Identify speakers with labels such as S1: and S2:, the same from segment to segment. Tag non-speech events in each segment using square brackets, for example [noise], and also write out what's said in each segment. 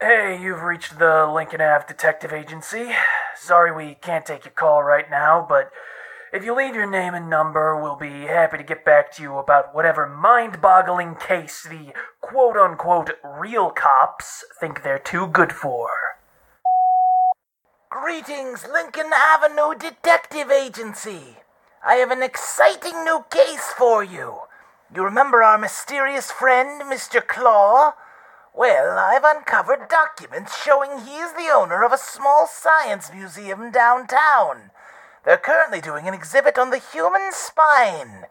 S1: Hey, you've reached the Lincoln Ave Detective Agency. Sorry we can't take your call right now, but if you leave your name and number, we'll be happy to get back to you about whatever mind boggling case the quote unquote real cops think they're too good for.
S2: Greetings, Lincoln Avenue Detective Agency. I have an exciting new case for you. You remember our mysterious friend, Mr. Claw? Well, I've uncovered documents showing he is the owner of a small science museum downtown. They're currently doing an exhibit on the human spine.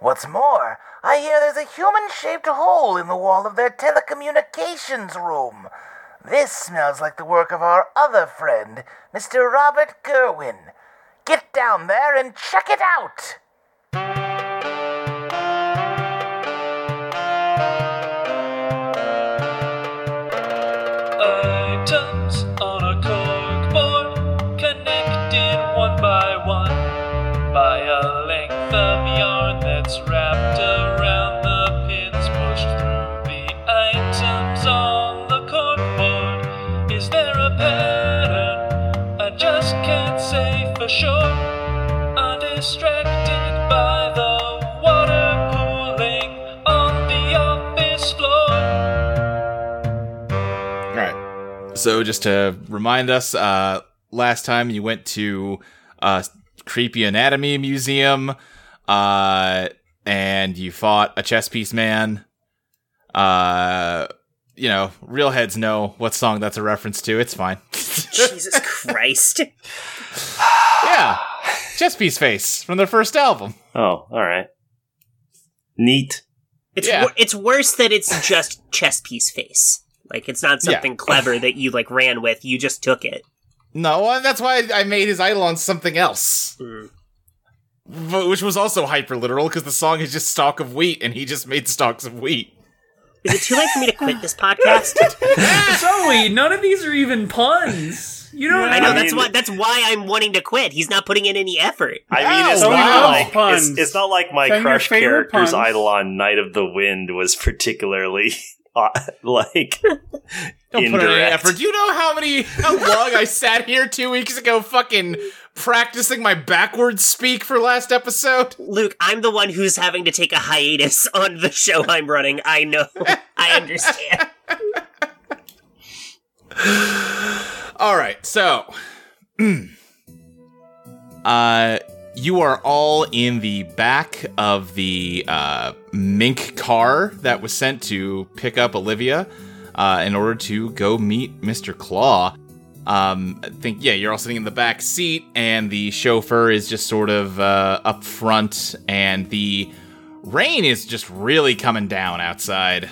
S2: What's more, I hear there's a human shaped hole in the wall of their telecommunications room. This smells like the work of our other friend, Mr. Robert Kerwin. Get down there and check it out!
S3: Items on a corkboard connected one by one by a length of yarn that's wrapped around the pins pushed through the items on the corkboard. Is there a pattern? I just can't say for sure. I'm distracted by the water pooling on the office floor.
S4: All right. So just to remind us, uh, last time you went to uh, Creepy Anatomy Museum, uh, and you fought a chess piece man. Uh, you know, real heads know what song that's a reference to. It's fine. [laughs]
S5: Jesus Christ.
S4: yeah, chess piece face from their first album.
S6: Oh, all right. Neat.
S5: It's
S4: Yeah.
S5: wor- it's worse that it's just chess piece face. Like it's not
S4: Yeah.
S5: something clever that you like ran with. You just took it.
S4: No, well, that's why I made his idol on something else, but, which was also hyper literal because the song is just stalk of wheat, and he just made stalks of wheat.
S5: Is it too late for me to
S4: [laughs]
S5: quit this podcast?
S7: [laughs] Zoe, none of these are even puns. You don't.
S5: I know
S7: have-
S5: that's
S8: mean-
S5: why that's why I'm wanting to quit. He's not putting in any effort.
S6: I mean, it's
S7: Wow.
S6: not
S7: Wow.
S6: like it's,
S8: Puns.
S6: it's not like my
S8: Found your
S6: crush
S8: favorite
S6: character's
S8: puns.
S6: idol on Night of the Wind was particularly [laughs] uh, like
S4: [laughs] Don't put in any
S6: Indirect.
S4: effort. Do you know how many how long I sat here two weeks ago fucking practicing my backwards speak for last episode?
S5: Luke, I'm the one who's having to take a hiatus on the show I'm running. I know. I
S4: [laughs]
S5: understand.
S4: Alright, so [clears throat] uh you are all in the back of the uh, mink car that was sent to pick up Olivia uh, in order to go meet Mr. Claw. Um, I think yeah, you're all sitting in the back seat, and the chauffeur is just sort of uh, up front, and the rain is just really coming down outside,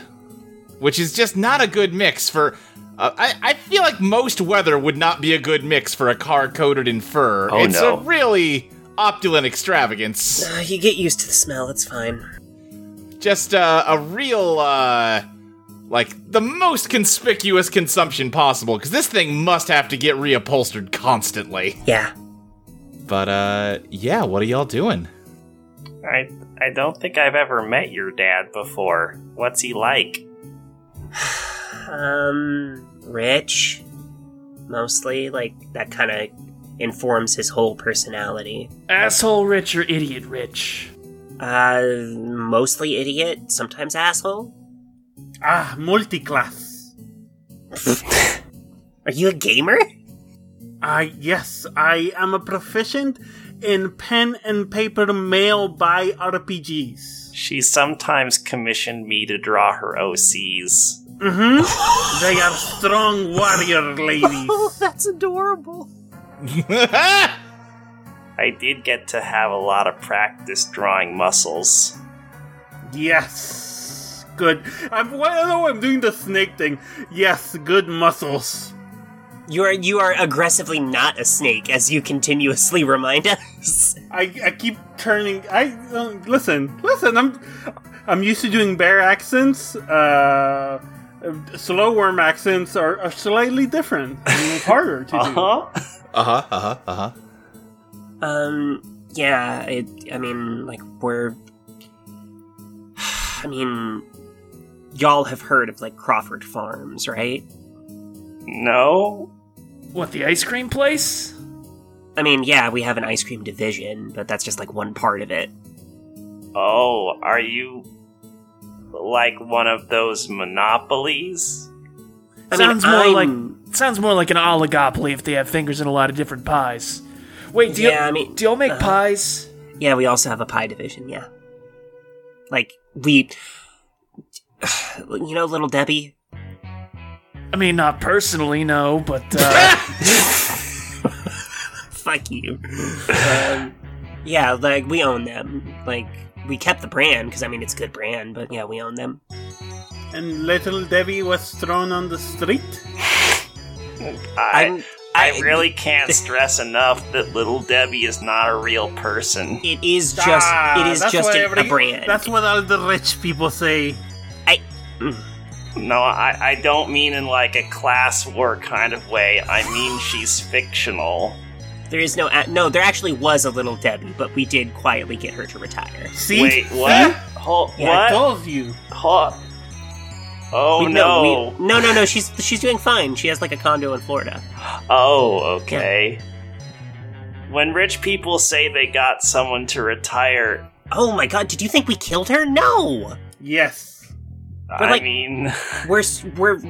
S4: which is just not a good mix for. Uh, I, I feel like most weather would not be a good mix for a car coated in fur.
S6: Oh,
S4: it's
S6: no.
S4: a really opulent extravagance.
S5: Uh, you get used to the smell. It's fine.
S4: Just uh, a real uh, like the most conspicuous consumption possible because this thing must have to get reupholstered constantly.
S5: Yeah.
S4: But uh, yeah, what are y'all doing?
S6: I I don't think I've ever met your dad before. What's he like?
S5: Um, rich, mostly. Like that kind of informs his whole personality.
S7: asshole rich or idiot rich.
S5: Uh, mostly idiot, sometimes asshole.
S8: Ah, multiclass.
S5: Are you a gamer?
S8: I yes, I am a proficient in pen and paper mail by RPGs.
S6: She sometimes commissioned me to draw her OCs.
S5: [laughs]
S8: Mm-hmm. they are strong warrior ladies.
S5: Oh, that's adorable.
S6: I did get to have a lot of practice drawing muscles.
S8: Yes. Good. I'm, well, no, I'm doing the snake thing. Yes, good muscles.
S5: You are you are aggressively not a snake, as you continuously [laughs] remind us.
S8: I, I keep turning. I um, listen, listen. I'm I'm used to doing bear accents. Uh, slow worm accents are, are slightly different. and harder to do.
S6: Uh-huh.
S4: uh huh, uh huh, uh huh.
S5: Um, yeah. It, I mean, like we're. [sighs] I mean, y'all have heard of like Crawford Farms, right?
S6: No?
S7: What, the ice cream place?
S5: I mean, yeah, we have an ice cream division, but that's just like one part of it.
S6: Oh, are you like one of those monopolies?
S5: I
S7: sounds
S5: mean,
S7: more
S5: I'm-
S7: like sounds more like an oligopoly if they have fingers in a lot of different pies. Wait, do
S5: Yeah,
S7: you
S5: I mean,
S7: do y'all make
S5: uh,
S7: pies?
S5: Yeah, we also have a pie division, yeah. Like, we. [sighs] You know, Little Debbie?
S7: I mean, not personally, no, but uh,
S5: Fuck you. um, yeah, like, we own them. Like, we kept the brand, because, I mean, it's a good brand, but yeah, we own them.
S8: And little Debbie was thrown on the street.
S6: I,
S5: I'm-
S6: I,
S5: I-
S6: really can't stress enough that Little Debbie is not a real person.
S5: It is just.
S8: Ah,
S5: it is
S8: that's
S5: just
S8: what
S5: an- a
S8: every-
S5: brand.
S8: That's what all the rich people say.
S6: No, I, I don't mean in like a class war kind of way. I mean she's fictional.
S5: There is no. a- No, there actually was a Little Debbie, but we did quietly get her to retire.
S8: See?
S6: Wait, what?
S8: See?
S5: Oh,
S6: Hold,
S8: I
S6: what?
S8: told you.
S6: Hold. Oh
S5: We-
S6: no.
S5: we- no, no, no. She's she's doing fine. She has like a condo in Florida.
S6: Oh, okay. When rich people say they got someone to retire,
S5: Oh my god! Did you think we killed her? No,
S8: Yes.
S6: I
S5: like-
S6: mean,
S5: [laughs] we're s- we're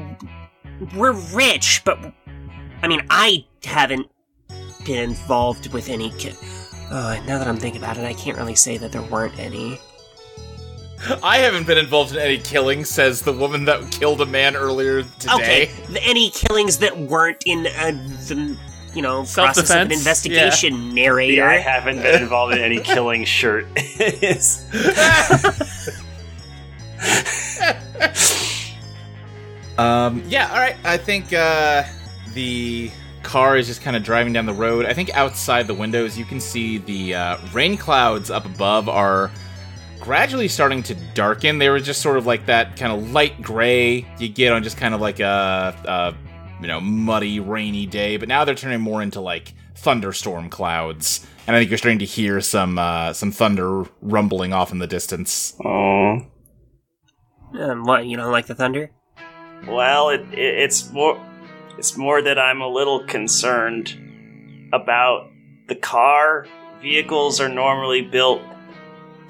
S5: we're rich, but I mean, I haven't been involved with any. Ki- oh, now that I'm thinking about it, I can't really say that there weren't any.
S4: I haven't been involved in any killing, says the woman that killed a man earlier today.
S5: Okay, th- any killings that weren't in uh, the you know process of an
S7: Self-defense?
S5: investigation narrator.
S6: yeah, I haven't been involved in
S5: [laughs]
S6: any killing shirt. [laughs] is-
S4: um, yeah, all right. I think uh, the car is just kind of driving down the road. I think outside the windows, you can see the uh, rain clouds up above are gradually starting to darken. They were just sort of like that kind of light gray you get on just kind of like a, a you know muddy, rainy day. But now they're turning more into like thunderstorm clouds. And I think you're starting to hear some uh, some thunder rumbling off in the distance.
S6: oh.
S5: Um, what you don't like the thunder?
S6: Well, it, it, it's more it's more that I'm a little concerned about the car. Vehicles are normally built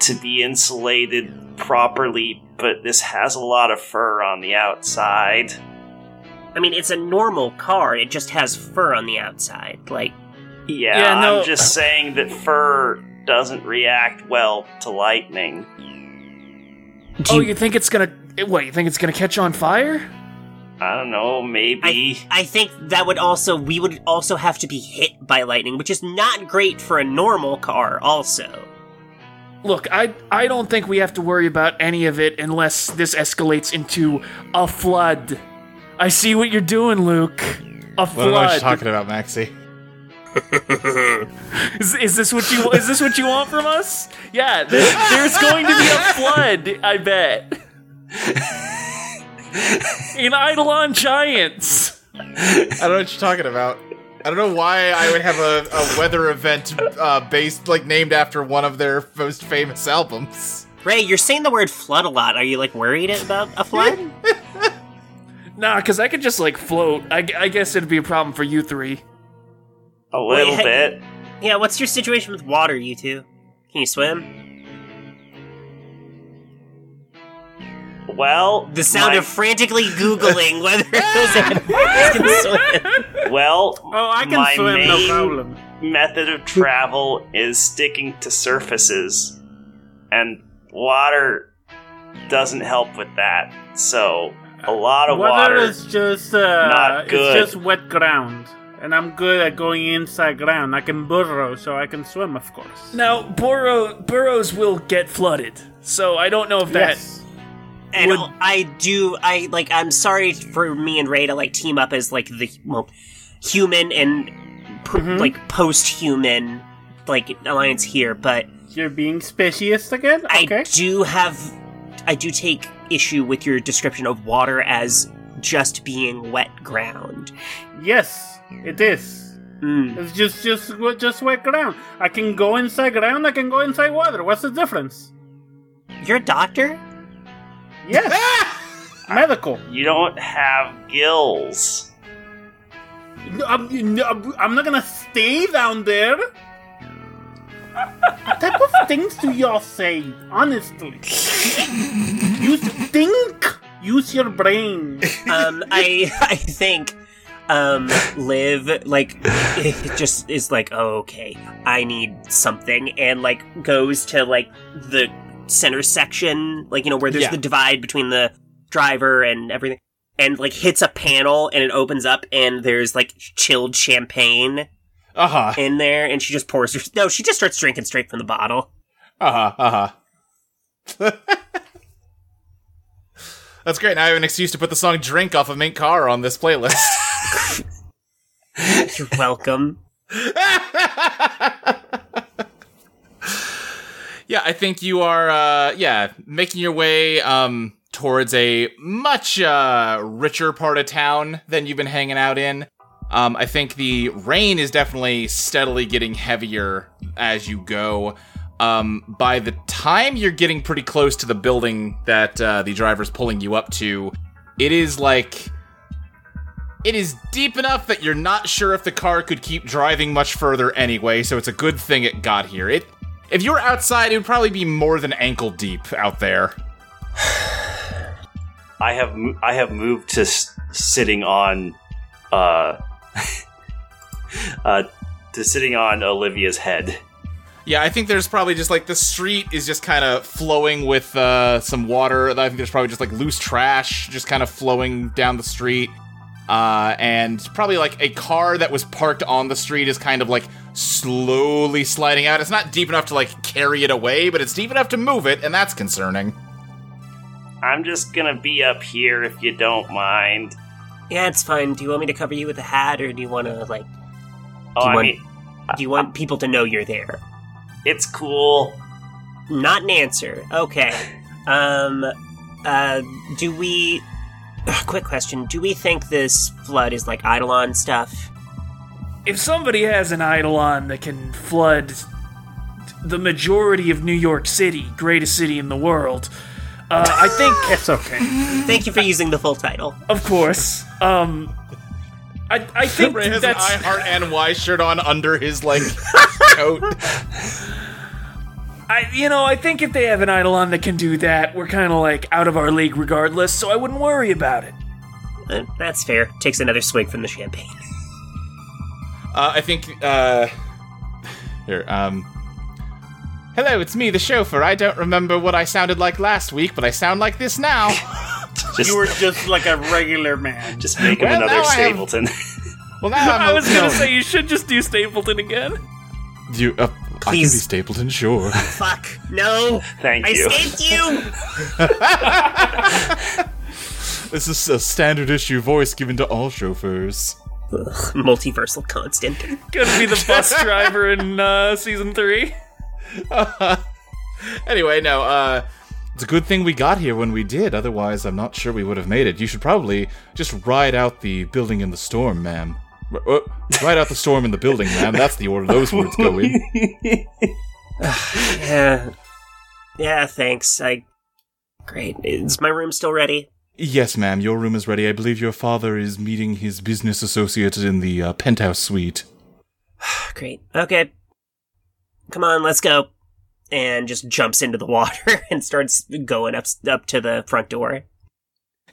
S6: to be insulated properly, but this has a lot of fur on the outside.
S5: I mean, it's a normal car. It just has fur on the outside. Like,
S6: Yeah,
S7: Yeah, no-
S6: I'm just saying that fur doesn't react well to lightning.
S5: [laughs] do
S7: oh,
S5: you-
S7: you think it's gonna? What you think it's gonna catch on fire?
S6: I don't know, maybe.
S5: I think that would also we would also have to be hit by lightning, which is not great for a normal car. Also,
S7: Look, I I don't think we have to worry about any of it unless this escalates into a flood. I see what you're doing, Luke. A
S4: What are you
S7: flood.
S4: talking about, Maxie?
S7: Is, is this what you is this what you want from us? Yeah, there- there's going to be a flood, I bet. [laughs] In Eidolon Giants.
S4: I don't know what you're talking about. I don't know why I would have a, a weather event uh, based, like, named after one of their most famous albums.
S5: Ray, you're saying the word flood a lot. Are you like worried about a flood?
S7: Nah, because I could just like float. I, gu- I guess it'd be a problem for you three.
S6: a little
S5: Wait, hey-
S6: bit.
S5: yeah. What's your situation with water, you two? Can you swim?
S6: Well,
S5: The sound
S6: my-
S5: of frantically googling whether
S6: [laughs]
S5: those animals can swim.
S6: well,
S8: Oh, I can
S6: my
S8: swim, no
S6: main
S8: problem.
S6: method of travel is sticking to surfaces, and water doesn't help with that. So a
S8: [laughs]
S6: lot of water.
S8: Water is just uh,
S6: Not good.
S8: It's just wet ground, and I'm good at going inside ground. I can burrow, so I can swim, of course.
S7: Now, burrow, burrows will get flooded, so I don't know if that.
S8: Yes.
S5: And
S7: Would-
S5: I do. I like. I'm sorry for me and Ray to like team up as like the well, human and pr-
S7: Mm-hmm.
S8: Mhm.
S5: like post-human like alliance here, but
S8: You're being specious again. Okay.
S5: I do have. I do take issue with your description of water as just being wet ground.
S8: Yes, it is.
S5: Mm.
S8: It's just just w- just wet ground. I can go inside ground. I can go inside water. What's the difference?
S5: You're a doctor.
S8: Yes. Medical.
S6: you don't have gills.
S8: No, I'm, no, I'm not gonna stay down there. what type of things do y'all say? Honestly, you think. Use your brain.
S5: [laughs] um, I [laughs] I think um, Liv like it just is like oh, okay, I need something, and like goes to like the center section, like you know where there's
S4: Yeah.
S5: the divide between the driver and everything, and like hits a panel, and it opens up, and there's like chilled champagne
S4: Uh
S8: Uh-huh.
S4: huh.
S5: in there, and she just pours. Her- no, she just starts drinking straight from the bottle.
S4: Uh
S8: Uh-huh,
S4: huh. Uh huh. [laughs] That's great. Now I have an excuse to put the song "Drink" off of Mink Car on this playlist.
S5: [laughs] You're welcome.
S4: yeah, I think you are. Uh, yeah, making your way um, towards a much uh, richer part of town than you've been hanging out in. Um, I think the rain is definitely steadily getting heavier as you go. Um, by the time you're getting pretty close to the building that uh, the driver's pulling you up to, it is like it is deep enough that you're not sure if the car could keep driving much further anyway, so it's a good thing it got here. It if you were outside, it would probably be more than ankle deep out there.
S6: I have mo- I have moved to s- sitting on, uh, [laughs] uh, to sitting on Olivia's head.
S4: Yeah, I think there's probably just like the street is just kind of flowing with uh, some water. I think there's probably just like loose trash just kind of flowing down the street. Uh, and probably like a car that was parked on the street is kind of like slowly sliding out. It's not deep enough to like carry it away, but it's deep enough to move it, and that's concerning.
S6: I'm just gonna be up here if you don't mind.
S5: Yeah, it's fine. Do you want me to cover you with a hat, or do you want to like?
S6: Oh,
S5: Do you
S6: I
S5: want-
S6: mean,
S5: Do you want people to know you're there?
S6: it's cool.
S5: Not an answer. Okay. Um. Uh. Do we? uh, Quick question. Do we think this flood is like Eidolon stuff?
S7: If somebody has an Eidolon that can flood the majority of New York City, greatest city in the world, uh, I think
S8: [laughs] It's okay.
S5: Thank you for using the full title.
S7: Of course. Um, I, I think
S4: Ray has
S7: that's.
S4: an I Heart NY shirt on under his [laughs] like coat.
S7: I, you know, I think if they have an Eidolon that can do that, we're kind of like out of our league regardless, so I wouldn't worry about it.
S5: Uh, that's fair. Takes another swig from the champagne. [laughs]
S4: Uh, I think uh, here. Um, hello, it's me, the chauffeur. I don't remember what I sounded like last week, but I sound like this [laughs] now.
S6: Just,
S8: You were just like a regular
S5: [laughs]
S8: man.
S6: just make him
S4: Well, now
S6: another
S4: I have- [laughs]
S6: Stapleton.
S4: Well, now
S8: [laughs]
S4: I'm
S7: [laughs] I was
S4: okay.
S7: gonna say you should just do Stapleton again.
S4: you. Uh, I can be
S5: Please.
S4: Stapleton, sure.
S5: [laughs] Fuck. No.
S6: Thank
S5: I
S6: you.
S5: escaped you.
S4: [laughs]
S6: [laughs]
S4: this is a standard issue voice given to all chauffeurs.
S5: Ugh, multiversal constant.
S7: Gonna be the
S8: [laughs]
S7: bus driver in uh, season three.
S4: [laughs] Anyway, no. Uh, it's a good thing we got here when we did. Otherwise, I'm not sure we would have made it. You should probably just ride out the building in the storm, ma'am. R- uh, ride out the storm in the building, ma'am. That's the order those words
S5: [laughs]
S4: go in.
S5: [sighs] Yeah. Yeah. Thanks. I. Great. Is my room still ready? [sighs]
S4: Yes, ma'am. Your room is ready. I believe your father is meeting his business associate in the uh, penthouse suite.
S5: Great. Okay. Come on, let's go. And just jumps into the water [laughs] and starts going up up to the front door.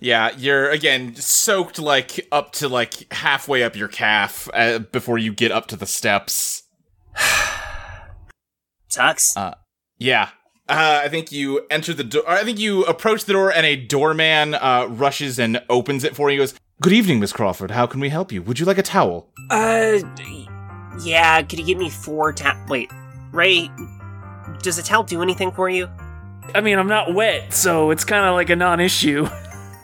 S4: Yeah, you're again soaked like up to like halfway up your calf uh, before you get up to the steps.
S5: Sucks.
S4: Uh, Yeah. Uh, I think you enter the door. I think you approach the door, and a doorman uh, rushes and opens it for you. Goes, "Good evening, Miss Crawford. How can we help you? Would you like a towel?"
S5: Uh, yeah. Could you give me four tap? Wait, Ray, does a towel do anything for you?
S7: I mean, I'm not wet, so it's kind of like a non-issue. [laughs]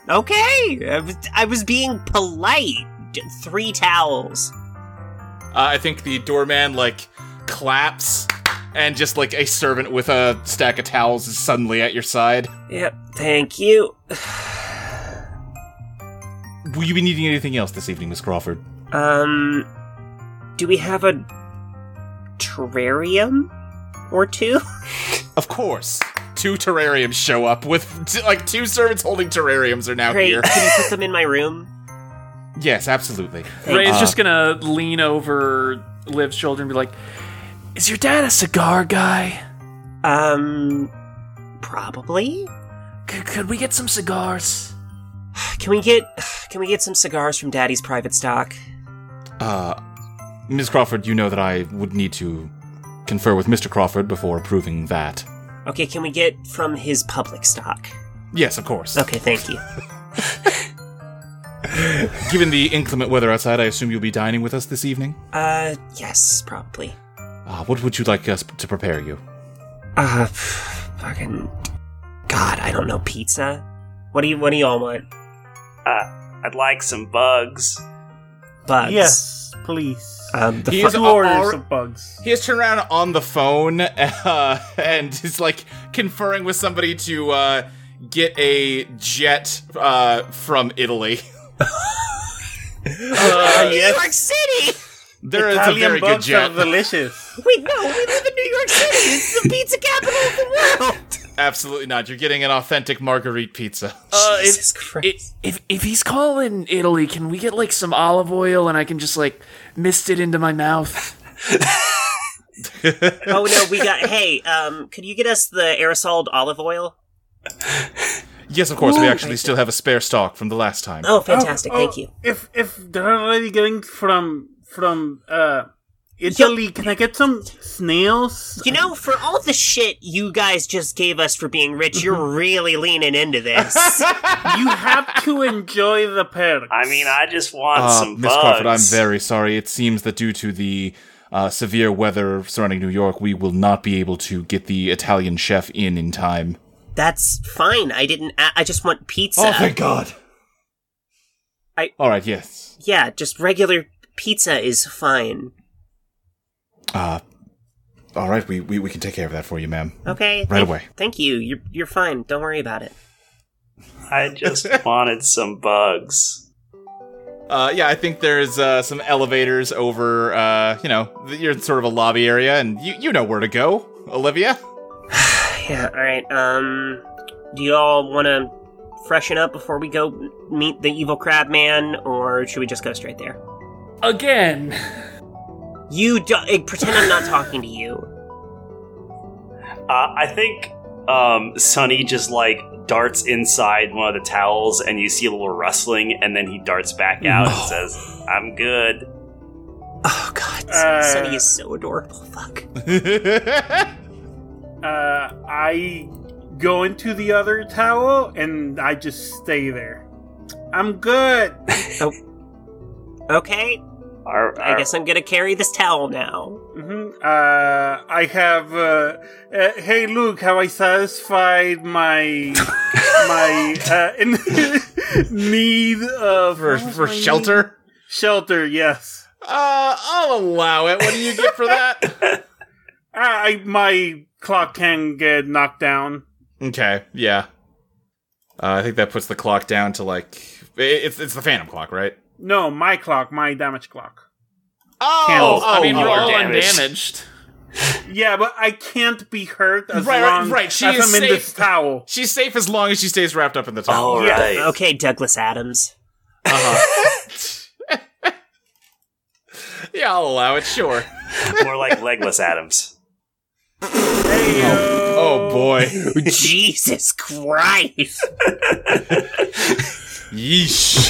S5: Okay, I was, I was being polite. D- Three towels.
S4: Uh, I think the doorman like claps, and just like a servant with a stack of towels is suddenly at your side.
S5: Yep. Thank you.
S4: Will you be needing anything else this evening, Miss Crawford?
S5: Um, do we have a terrarium or two? [laughs]
S4: Of course. Two terrariums show up with t- like two servants holding terrariums are now
S5: Great.
S4: here.
S5: Can you put them in my room?
S4: [laughs] Yes, absolutely. Uh,
S7: Ray's just gonna lean over Liv's shoulder and be like, "Is your dad a cigar guy?
S5: Um, probably.
S7: C- could we get some cigars?"
S5: Can we get can we get some cigars from Daddy's private stock?
S4: Uh, Ms. Crawford, you know that I would need to confer with Mr. Crawford before approving that.
S5: Okay, can we get from his public stock?
S4: Yes, of course.
S5: Okay, thank you. [laughs]
S4: Given the inclement weather outside, I assume you'll be dining with us this evening.
S5: Uh, yes,
S4: [laughs]
S5: probably.
S4: Uh, what would you like us to prepare you?
S5: Uh, pff, [sighs] fucking God, I don't know pizza. What do you What do you all want?
S6: uh, I'd like some bugs.
S5: Bugs.
S8: Yes, please. Oh,
S5: Um, the
S4: He
S5: fu-
S4: is
S8: Two
S4: al-
S8: orders
S4: al-
S8: of bugs.
S4: He has turned around on the phone [laughs] uh, and is like conferring with somebody to uh, get a jet uh, from Italy. [laughs]
S8: Uh, yes,
S5: York City.
S4: There is a very
S8: Italian
S4: good
S8: bugs are
S4: jet.
S8: delicious.
S5: We know we live in New York City. It's the pizza capital
S4: [laughs]
S5: of the world.
S4: [laughs] Absolutely not. You're getting an authentic marguerite pizza. [laughs]
S7: Uh, if-
S5: Jesus Christ.
S7: i- if if he's calling Italy, can we get like some olive oil and I can just like mist it into my mouth?
S5: oh no, we got. Hey, um, could you get us the aerosol olive oil?
S4: Yes, of course. We actually still have a spare stock from the last time.
S5: Oh, fantastic!
S8: Oh,
S5: Thank
S8: oh,
S5: you.
S8: If if they're already getting from from uh Italy, [laughs] can I get some snails?
S5: You know, for all the shit you guys just gave us for being rich, you're really leaning into this.
S8: Mm-hmm. [laughs] you have to enjoy the perks.
S6: I mean, I just want
S4: Uh,
S6: some
S4: Miss
S6: bugs.
S4: Crawford, I'm very sorry. It seems that due to the uh, severe weather surrounding New York, we will not be able to get the Italian chef in in time.
S5: That's fine. I didn't. I, I just want pizza.
S4: Oh, God!
S5: I-
S4: All right, yes.
S5: yeah, just regular pizza is fine.
S4: Mm-hmm. Uh, all right, we, we, we can take care of that for you, ma'am.
S5: Okay.
S4: Right
S5: thank-
S4: away.
S5: Thank you. You're you're fine. Don't worry about it.
S6: I
S4: [laughs]
S6: just wanted some bugs.
S4: Uh, yeah, I think there's uh, some elevators over, uh, you know, th- you're in sort of a lobby area, and you, you know where to go, Olivia.
S5: Yeah. All right. Um, do you all want to freshen up before we go meet the evil crab man, or should we just go straight there?
S7: Again,
S5: You do- eh, pretend I'm not talking to you.
S6: Uh, I think um, Sonny just like darts inside one of the towels, and you see a little rustling, and then he darts back out and says, "I'm good."
S5: Oh God,
S8: Uh.
S5: Sunny is so adorable. Fuck.
S8: Uh, I go into the other towel and I just stay there. I'm good.
S5: Okay,
S6: Ar-
S5: I
S6: ar-
S5: guess I'm gonna carry this towel now.
S8: hmm Uh, I have. Uh, uh, hey, Luke, have I satisfied my my uh, in- [laughs] need of
S4: for
S8: what was
S4: for
S8: my need?
S4: shelter.
S8: Shelter, yes.
S4: Uh, I'll allow it. What do you get
S8: [laughs]
S4: for that?
S8: Uh, I, I my clock can get knocked down.
S4: Okay, yeah. Uh, I think that puts the clock down to like i- it's it's the phantom clock, right?
S8: No, my clock, my damage clock.
S4: Oh,
S8: Candles.
S7: I mean
S6: you
S7: we're
S6: are
S7: all
S6: damaged.
S7: undamaged.
S8: Yeah, but I can't be hurt as
S4: Right, right,
S8: long
S4: right, she
S8: as
S4: is
S8: I'm in this
S4: safe.
S8: towel.
S4: she's safe as long as she stays wrapped up in the towel.
S6: All
S8: Yeah.
S6: right.
S5: Okay, Douglas Adams.
S4: Yeah, I'll allow it. Sure.
S6: [laughs] More like legless Adams.
S4: Oh boy,
S5: [laughs] Jesus Christ!
S4: yeesh.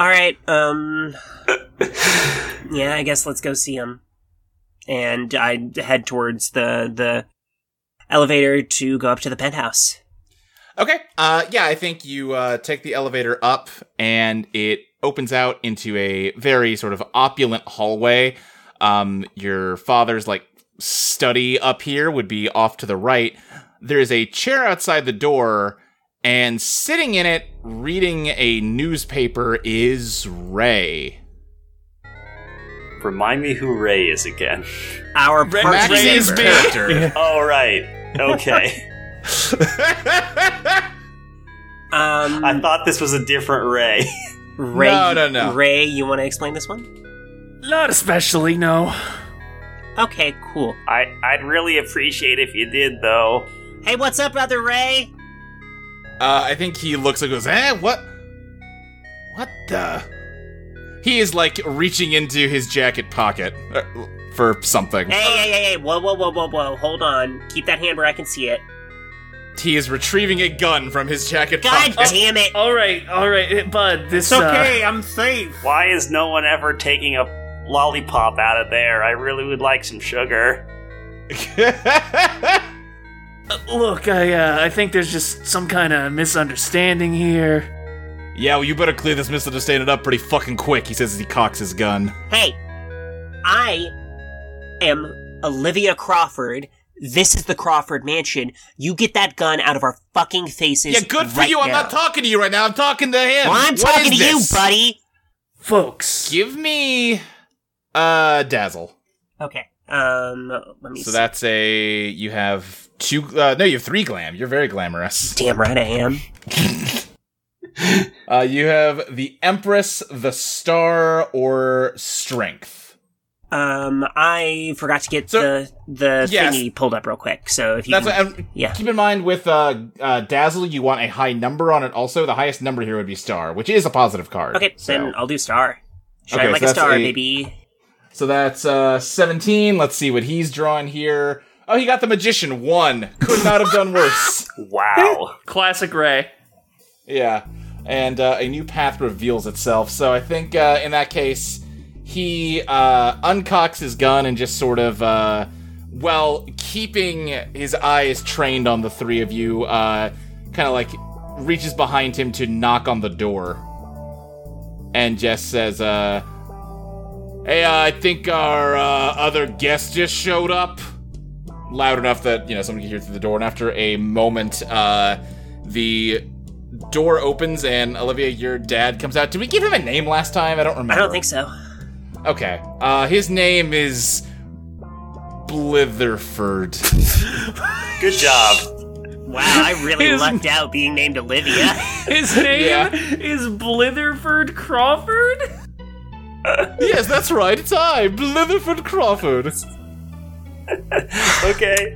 S5: [laughs] All right, um, yeah, I guess let's go see him. And I head towards the the elevator to go up to the penthouse.
S4: Okay. Uh, yeah, I think you uh, take the elevator up, and it opens out into a very sort of opulent hallway. Um, your father's like study up here would be off to the right. There is a chair outside the door, and sitting in it, reading a newspaper, is Ray.
S6: [laughs] Remind me who Ray is again.
S5: Our party
S4: Max is
S5: member. [laughs]
S4: character.
S6: All right. Okay.
S5: Um,
S6: I thought this was a different Ray.
S5: Ray,
S4: No, no, no.
S5: Ray, you want to explain this one?
S7: Not especially, no.
S5: Okay, cool.
S6: I I'd really appreciate if you did though.
S5: Hey, what's up, brother Ray?
S4: Uh, I think he looks and goes, "Eh, what? What the? He is like reaching into his jacket pocket uh, for something.
S5: Hey, hey, hey, hey, whoa, whoa, whoa, whoa, whoa. Hold on. Keep that hand where I can see it.
S4: He is retrieving a gun from his jacket
S5: God
S4: pocket.
S5: damn it.
S7: All right, all right, eh, bud. This
S8: It's okay. I'm safe.
S6: Why is no one ever taking a lollipop out of there? I really would like some sugar.
S7: Uh, look, I uh, I think there's just some kind of misunderstanding here.
S4: yeah, well, you better clear this misunderstanding up pretty fucking quick. He says as he cocks his gun.
S5: Hey, I am Olivia Crawford. This is the Crawford Mansion. You get that gun out of our fucking faces.
S4: Yeah, good for
S5: right
S4: you. I'm
S5: now.
S4: not talking to you right now. I'm talking to him.
S5: Well, I'm
S4: What
S5: talking
S4: is
S5: to you,
S4: this?
S5: buddy.
S7: Folks,
S4: Give me uh dazzle.
S5: Okay. Um, let me.
S4: So
S5: see.
S4: that's a you have two. Uh, no, you have three glam. You're very glamorous.
S5: Damn right I am.
S4: [laughs] Uh, you have the Empress, the Star, or Strength.
S5: Um, I forgot to get
S4: So-
S5: the the
S4: Yes.
S5: thingy pulled up real quick. So if you
S4: That's
S5: can-
S4: what, and
S5: yeah.
S4: Keep in mind with uh, uh, Dazzle, you want a high number on it. Also, the highest number here would be Star, which is a positive card.
S5: Okay,
S4: so,
S5: then I'll do star. Shine
S4: Okay,
S5: like
S4: so
S5: a
S4: that's
S5: star,
S4: a-
S5: baby.
S4: so that's uh, seventeen. Let's see what he's drawing here. Oh, he got the Magician one. Could not have done worse.
S5: [laughs]
S6: Wow.
S7: [laughs] classic Ray.
S4: Yeah, and uh, a new path reveals itself. So I think uh, in that case, he uh, uncocks his gun and just sort of, uh, well, keeping his eyes trained on the three of you, uh, kind of like reaches behind him to knock on the door, and Jess says, uh, "Hey, uh, I think our uh, other guest just showed up." Loud enough that you know someone can hear through the door, and after a moment, uh, the door opens and Olivia, your dad comes out. Did we give him a name last time? I don't remember.
S5: I don't think so.
S4: Okay. Uh, his name is Blitherford.
S6: [laughs] Good job.
S5: Wow, I really lucked out being named
S4: [laughs]
S5: Olivia.
S7: His name
S4: Yeah.
S7: is Blitherford Crawford.
S4: [laughs] yes, that's right. It's I, Blitherford Crawford.
S6: Okay.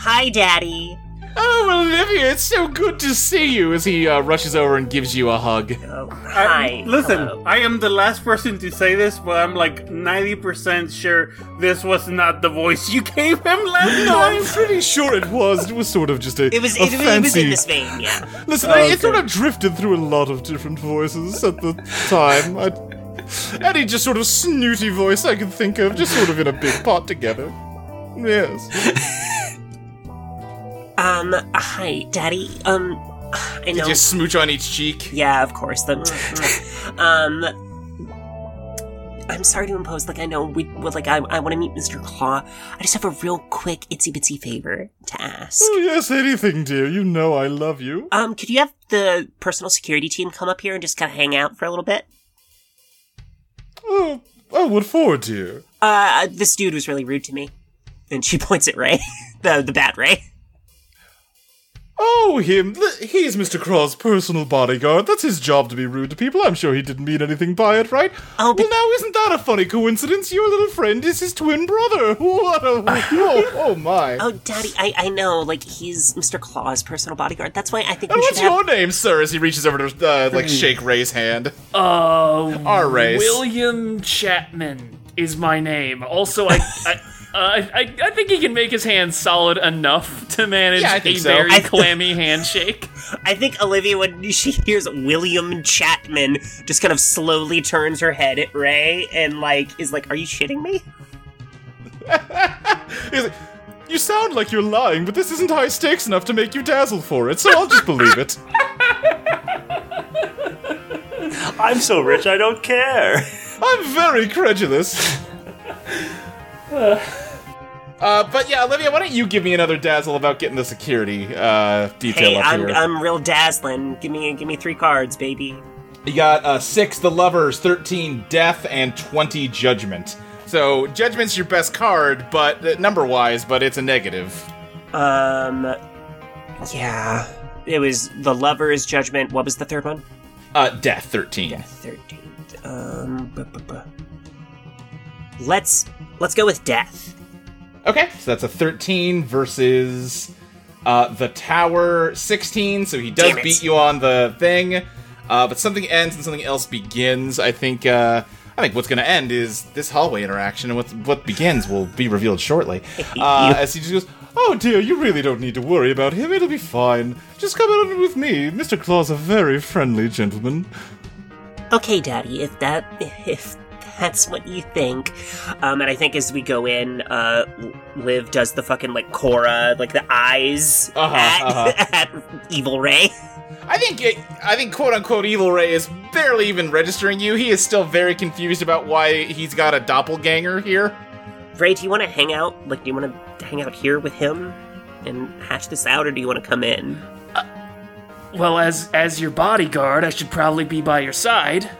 S5: Hi, Daddy.
S4: Oh, Olivia, it's so good to see you. As he uh, rushes over and gives you a hug.
S5: Oh,
S8: I-
S5: hi.
S8: listen,
S5: Hello.
S8: I am the last person to say this, but I'm like 90% sure this was not the voice you gave him last time.
S4: pretty sure it was. It was sort of just a,
S5: It was it, was- it was in this vein, yeah.
S4: Listen, I, it sort of drifted through a lot of different voices at the time. I, any just sort of snooty voice I could think of, just sort of in a big pot together. Yes.
S5: Um, hi, Daddy. Um, I know.
S4: Just smooch on each cheek.
S5: Yeah, of course. The,
S4: Mm,
S5: [laughs] um, I'm sorry to impose. Like, I know we well, like I, I want to meet Mr. Claw. I just have a real quick itsy bitsy favor to ask.
S4: Oh, yes, anything, dear. You know I love you.
S5: Um, could you have the personal security team come up here and just kind of hang out for a little bit?
S4: Oh, oh what for, dear?
S5: Uh, this dude was really rude to me. And she [laughs] points at Ray, the the bat Ray.
S4: Oh, him. Th- He's Mr. Craw's personal bodyguard. That's his job to be rude to people. I'm sure he didn't mean anything by it, right?
S5: Oh, but-
S4: Well, now, isn't that a funny coincidence? Your little friend is his twin brother. [laughs] What
S5: [laughs]
S4: a. oh, oh, my.
S5: Oh, Daddy, I, I know. Like he's Mr. Claw's personal bodyguard. That's why I think
S4: And
S5: we should
S4: Oh,
S5: have.
S4: what's your name, sir? As he reaches over to uh, like shake Ray's hand.
S5: Oh,
S7: Uh,
S4: Our race.
S7: William Chapman is my name. Also, I. I Uh, I, I think he can make his hand solid enough [laughs] to
S4: [laughs]
S7: manage
S4: Yeah, I
S7: a
S4: think so.
S7: very
S5: I-
S7: clammy handshake.
S5: I think Olivia, when she hears William Chapman, just kind of slowly turns her head at Ray and like is like, "Are you shitting me?"
S4: He's like, you sound like you're lying, but this isn't high stakes enough to make you dazzle for it, so I'll just believe it.
S6: I'm so rich, I don't care.
S4: I'm
S6: [laughs]
S4: very credulous. Uh, but yeah, Olivia, why don't you give me another dazzle about getting the security uh, detail
S5: Hey,
S4: up
S5: I'm
S4: here?
S5: I'm real dazzling. Give me give me three cards, baby.
S4: You got uh, six, the lovers, thirteen, death, and twenty, judgment. So judgment's your best card, but uh, number-wise, but it's a negative.
S5: Um, yeah, it was the lovers' judgment. What was the third one?
S4: Uh, death, thirteen.
S5: Thirteenth. Um, bu- bu- bu. let's let's go with death.
S4: Okay, so that's a 13 versus uh, the tower 16. So he does
S5: Damn it.
S4: beat you on the thing. Uh, but something ends and something else begins. I think uh, I think what's going to end is this hallway interaction, and what what begins will be revealed shortly. [laughs] Uh, as he just goes, "Oh dear, you really don't need to worry about him. It'll be fine. Just come on with me. Mister Claw's a very friendly gentleman."
S5: Okay, Daddy, if that [laughs] if that's what you think, um, and I think as we go in, uh, Liv does the fucking like Cora, like the eyes
S4: Uh-huh,
S5: at,
S4: uh-huh.
S5: [laughs] at Evil Ray.
S4: I think it, I think quote unquote evil Ray is barely even registering you. He is still very confused about why he's got a doppelganger here.
S5: Ray, do you want to hang out? Like, do you want to hang out here with him and hatch this out, or do you want to come in?
S7: Well, as as your bodyguard, I should probably be by your side.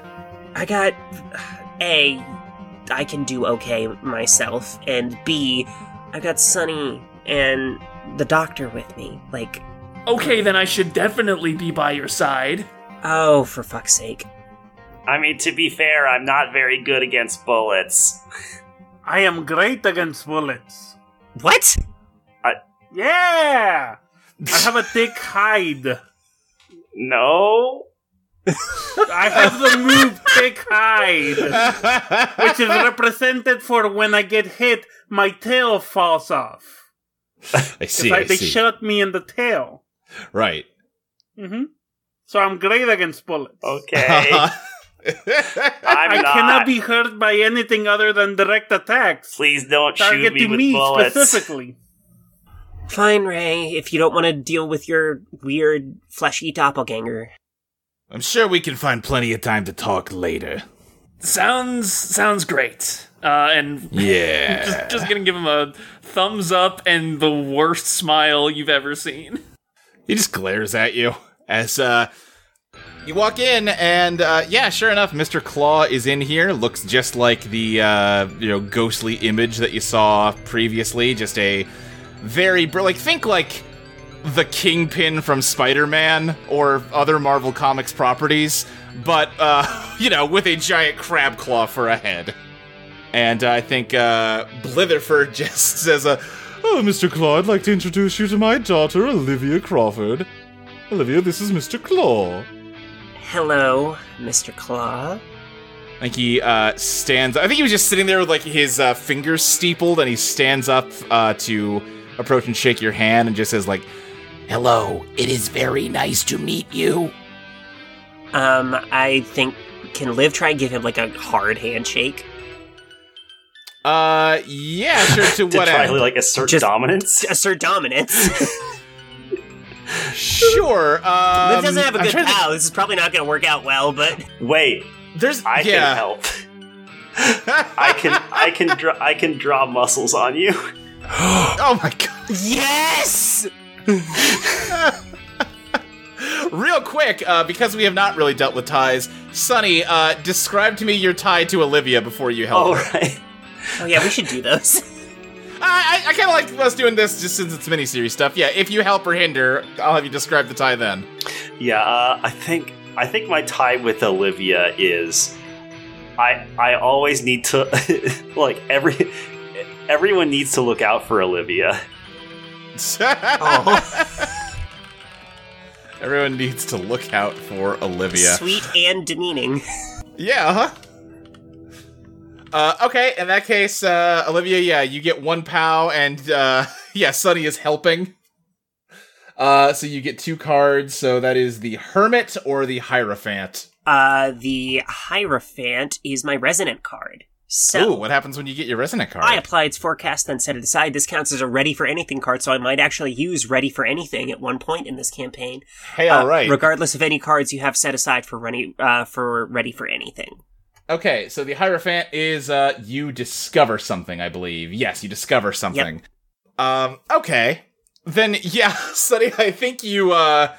S5: I got [sighs] A, I can do okay myself, and B, I've got Sunny and the doctor with me. Like,
S7: Okay, then I should definitely be by your side.
S5: oh, for fuck's sake.
S6: I mean, to be fair, I'm not very good against bullets.
S8: I am great against bullets.
S5: What?
S8: Yeah! I have a thick hide.
S6: No.
S8: I have the move thick hide, which is represented for when I get hit, my tail falls off.
S4: [laughs] I
S8: 'Cause
S4: see.
S8: I-
S4: I
S8: they
S4: see.
S8: shot me in the tail.
S4: [laughs] Right.
S8: hmm So I'm great against bullets.
S6: [laughs] Okay. I'm
S8: I
S6: not.
S8: cannot be hurt by anything other than direct attacks.
S6: Please don't shoot me
S8: Targeting
S6: with
S8: me
S6: bullets. [laughs]
S8: specifically.
S5: Fine, Ray, if you don't want to deal with your weird fleshy doppelganger.
S4: I'm sure we can find plenty of time to talk later.
S7: Sounds sounds great. Uh, and [laughs]
S4: Yeah.
S7: just, just gonna give him a thumbs up and the worst smile you've ever seen.
S4: He just glares at you as uh, you walk in, and uh, yeah, sure enough, Mr. Claw is in here. Looks just like the uh, you know ghostly image that you saw previously. Just a very br- like think like the Kingpin from Spider-Man or other Marvel Comics properties, but uh, [laughs] you know with a giant crab claw for a head. And I think uh, Blitherford [laughs] just says, uh, "Oh, Mr. Claw, I'd like to introduce you to my daughter, Olivia Crawford. Olivia, this is Mr. Claw."
S5: [laughs] Hello, Mr. Claw.
S4: I think he uh, stands. I think he was just sitting there with like his uh, fingers steepled, and he stands up uh, to approach and shake your hand, and just says like, "Hello, [laughs] it is very nice to meet you."
S5: Um, I think, can Liv try and give him like a hard handshake?
S4: Uh, yeah, sure. To
S6: [laughs] to
S4: what
S6: try
S4: end?
S6: to like assert
S5: Just-
S6: dominance.
S5: Assert dominance.
S4: [laughs] sure. Um,
S5: Liv doesn't have a
S4: I'm
S5: good
S4: trying to think-
S5: POW. This is probably not going to work out well, but
S6: Wait,
S4: There's
S6: I
S4: yeah.
S6: can help. [laughs] I can I can draw I can draw muscles on you.
S4: [gasps]
S6: [laughs]
S4: oh my god. [laughs]
S5: yes!
S4: Real quick, uh, because we have not really dealt with ties, Sonny, uh, describe to me your tie to Olivia before you help.
S6: All
S4: her.
S6: right.
S5: Oh yeah, we should do those.
S4: [laughs] I, I, I kind of like us doing this just since it's miniseries stuff. Yeah, if you help or hinder, I'll have you describe the tie then.
S6: Yeah, uh, I think I think my tie with Olivia is I I always need to [laughs] like every everyone needs to look out for Olivia.
S5: Oh.
S4: Everyone needs to look out for Olivia.
S5: Sweet and [laughs] demeaning.
S4: Yeah, uh-huh. Uh, okay, in that case, uh, Olivia, yeah, you get one POW, and, uh, [laughs] yeah, Sunny is helping. Uh, so you get two cards, so that is the Hermit or the Hierophant.
S5: Uh, the Hierophant is my resonant card. So
S4: Ooh, what happens when you get your Resonant card?
S5: I apply its forecast, then set it aside. This counts as a ready for anything card, so I might actually use ready for anything at one point in this campaign.
S4: hey,
S5: Uh,
S4: alright.
S5: Regardless of any cards you have set aside for ready uh, for ready for anything.
S4: okay, so the Hierophant is, uh, you discover something, I believe. Yes, you discover something. Um, okay. Then, yeah, [laughs] Sunny, I think you, uh,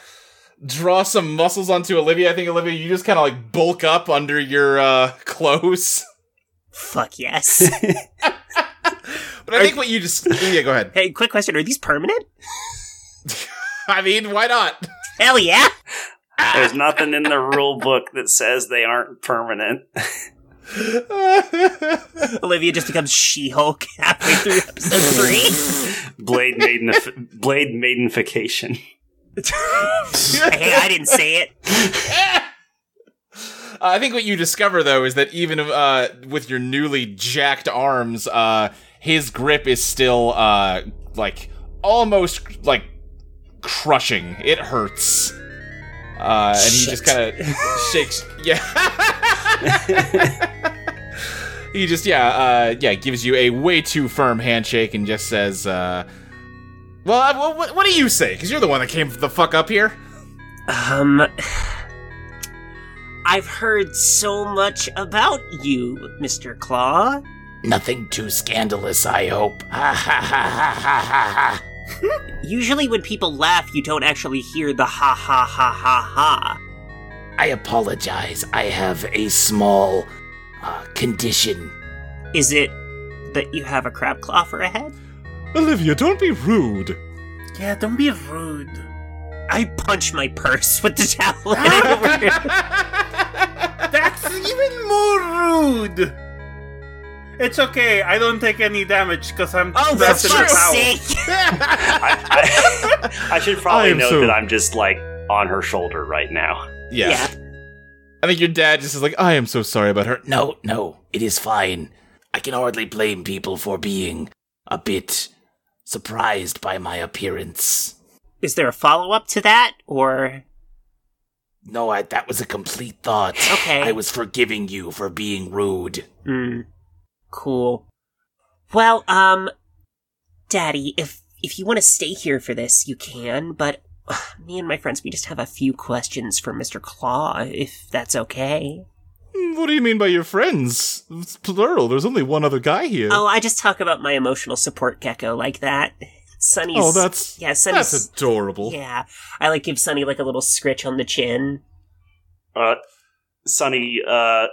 S4: draw some muscles onto Olivia. I think Olivia, you just kind of like bulk up under your uh, [laughs] clothes.
S5: Fuck yes.
S4: [laughs] But I think what you just [laughs] yeah, go ahead.
S5: hey, quick question: Are these permanent?
S4: [laughs] I mean, why not?
S5: Hell
S4: [laughs]
S5: yeah!
S6: There's nothing in the rule book that says they aren't permanent.
S5: Olivia just becomes She-Hulk halfway through episode three.
S6: [laughs] Blade maiden blade maidenification.
S5: hey, I didn't say it.
S4: Uh, I think what you discover though is that even uh, with your newly jacked arms, uh, his grip is still uh, like almost like crushing. It hurts, uh, and he just kind of [laughs] shakes. Yeah. [laughs] He just yeah uh, yeah gives you a way too firm handshake and just says, uh, "Well, uh, wha- wha- what do you say? Because you're the one that came the fuck up here."
S5: Um, I've heard so much about you, Mr. Claw.
S9: Nothing too scandalous, I hope. [laughs] Ha ha ha ha ha ha
S5: Usually, when people laugh, you don't actually hear the ha ha ha ha ha.
S9: ha. I apologize. I have a small uh, condition.
S5: Is it that you have a crab claw for a head?
S4: Olivia, don't be rude.
S8: Yeah, don't be rude.
S5: I punch my purse with the
S8: [laughs]
S5: javelin.
S8: [laughs] That's even more rude. It's okay. I don't take any damage because I'm
S5: oh, for
S8: trapped in a
S5: fuck's
S8: towel.
S5: sake!
S6: I, I, I should
S4: I
S6: probably
S4: am
S6: note
S4: so-
S6: that I'm just like on her shoulder right now.
S4: Yeah.
S5: Yeah.
S4: I think your dad just is like, I am so sorry about her.
S9: No, no, it is fine. I can hardly blame people for being a bit surprised by my appearance.
S5: Is there a follow up to that, [laughs] or
S9: No, I, that was a complete thought.
S5: Okay.
S9: I was forgiving you for being rude.
S5: Hmm. Cool. Well, um, Daddy, if if you want to stay here for this, you can. But [sighs] ugh, me and my friends, we just have a few questions for Mister Claw, if that's okay.
S4: "Hmm, What do you mean by your friends? It's plural. There's only one other guy here.
S5: Oh, I just talk about my emotional support gecko like that. Sunny's.
S4: Oh, that's
S5: yeah. Sunny's.
S4: that's adorable.
S5: yeah, I like give Sunny like a little scritch on the chin.
S6: Uh, Sonny, uh,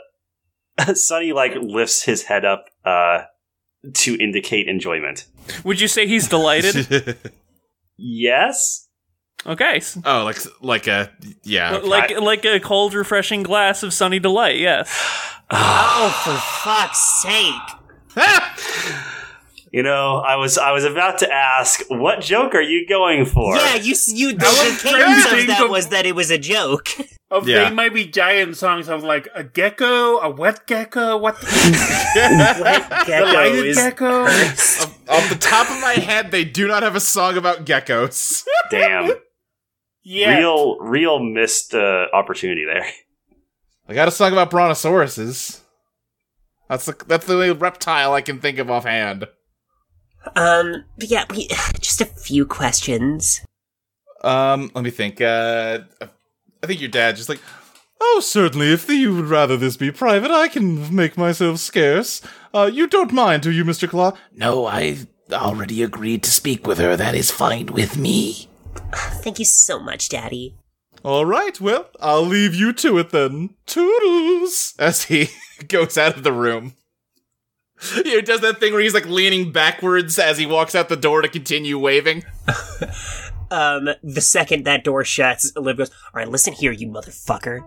S6: [laughs] Sonny like lifts his head up uh, to indicate enjoyment.
S7: Would you say he's delighted?
S4: [laughs]
S6: Yes,
S7: okay. s-
S4: oh, like like a yeah. [laughs]
S7: Like like a cold, refreshing glass of sunny delight. Yes.
S5: Oh, for fuck's
S4: Ah.
S5: sake!
S6: you know, I was I was about to ask what joke are you going for?
S5: Yeah, you s- you the
S8: was
S5: cadence of
S8: cringing
S5: that
S8: the-
S5: was that it was a joke.
S8: [laughs] Of
S4: Yeah.
S8: they might be giant songs of like a gecko, a wet gecko, what [laughs] the
S5: gecko
S8: lighted
S5: is
S8: gecko.
S4: [laughs] Off the top of my head, they do not have a song about geckos.
S6: Damn,
S8: Yeah,
S6: real real missed uh, opportunity there.
S4: I got a song about brontosauruses. That's the that's the only reptile I can think of offhand.
S5: Um, but yeah, we [sighs] just a few questions.
S4: Um, let me think. Uh, I think your dad just like, oh, certainly. If you would rather this be private, I can make myself scarce. Uh, you don't mind, do you, Mister Claw?
S9: No, I already agreed to speak with her. That is fine with me.
S5: Thank you so much, Daddy.
S4: All right. Well, I'll leave you to it then. Toodles. As he [laughs] goes out of the room. He does that thing where he's like leaning backwards as he walks out the door to continue waving.
S5: Um, the second that door shuts, Liv goes, "All right, listen here, you motherfucker.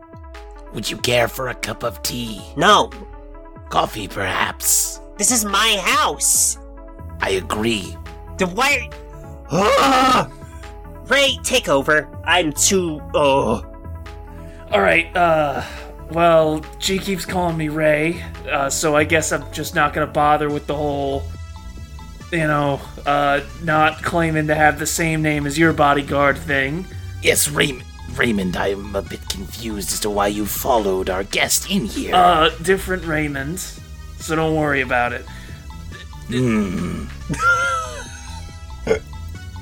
S9: Would you care for a cup of tea?
S5: No,
S9: Coffee, perhaps?
S5: this is my house.
S9: I agree. Ah!
S5: The wire. Ugh! Ray, take over. I'm too. Oh,
S7: All right. Uh, well, she keeps calling me Ray, uh, so I guess I'm just not gonna bother with the whole, you know, uh, not claiming to have the same name as your bodyguard thing.
S9: Yes, Raymond. Raymond, I'm a bit confused as to why you followed our guest in here.
S7: Uh, different Raymond, so don't worry about it.
S9: Hmm.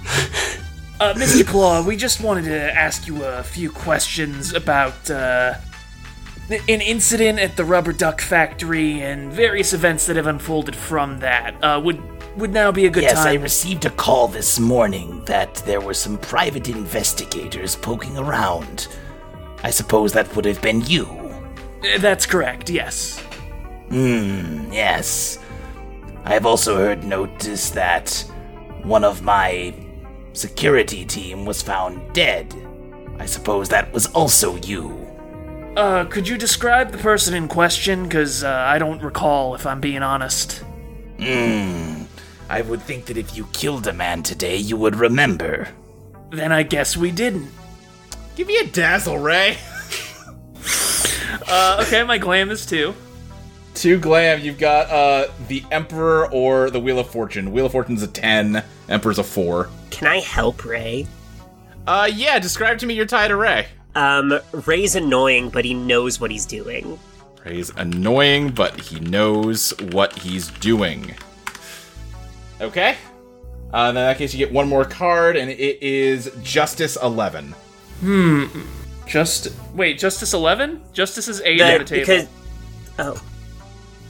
S9: [laughs]
S7: Uh, Mr. Claw, we just wanted to ask you a few questions about uh, an incident at the Rubber Duck Factory and various events that have unfolded from that. Uh, would would now be a good
S9: yes, I
S7: time?
S9: received a call this morning that there were some private investigators poking around. I suppose that would have been you.
S7: Uh, That's correct. Yes.
S9: Hmm, Yes. I have also heard notice that one of my security team was found dead. I suppose that was also you.
S7: Uh, could you describe the person in question? Because uh, I don't recall, if I'm being honest.
S5: Hmm.
S9: Hmm, I would think that if you killed a man today, you would remember.
S7: Then I guess we didn't.
S4: Give me a dazzle, Ray.
S7: Uh, okay, my glam is two.
S4: Two glam. You've got uh the Emperor or the Wheel of Fortune. Wheel of Fortune's a ten. Emperor's a four.
S5: Can I help Ray?
S4: Uh, yeah. Describe to me your tie to Ray.
S5: Um, Ray's annoying, but he knows what he's doing.
S4: Ray's annoying, but he knows what he's doing. Okay. Uh, then in that case, you get one more card, and it is Justice Eleven.
S7: Hmm. Just wait, Justice eleven. Justice is eight on
S5: But
S7: the table.
S5: because oh,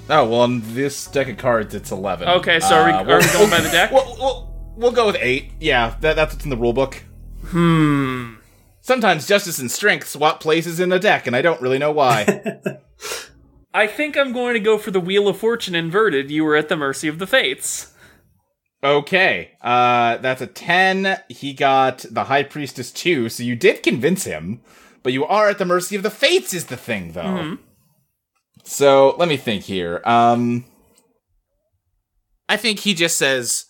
S4: Oh well, on this deck of cards, it's eleven. Uh,
S7: Okay, so are we- are we
S4: we'll-
S7: going by the deck?
S4: We'll, we'll, we'll go with eight. Yeah, that, that's what's in the rule book. Hmm.
S7: Hmm.
S4: Sometimes justice and strength swap places in a deck, and I don't really
S5: [laughs]
S4: know why.
S7: I think I'm going to go for the Wheel of Fortune inverted. You were at the mercy of the fates.
S5: [laughs]
S4: okay, uh, that's a ten. He got the high priestess two, so you did convince him, but you are at the mercy of the fates. Is the thing though.
S7: Mm-hmm.
S4: So let me think here. Um, I think he just says.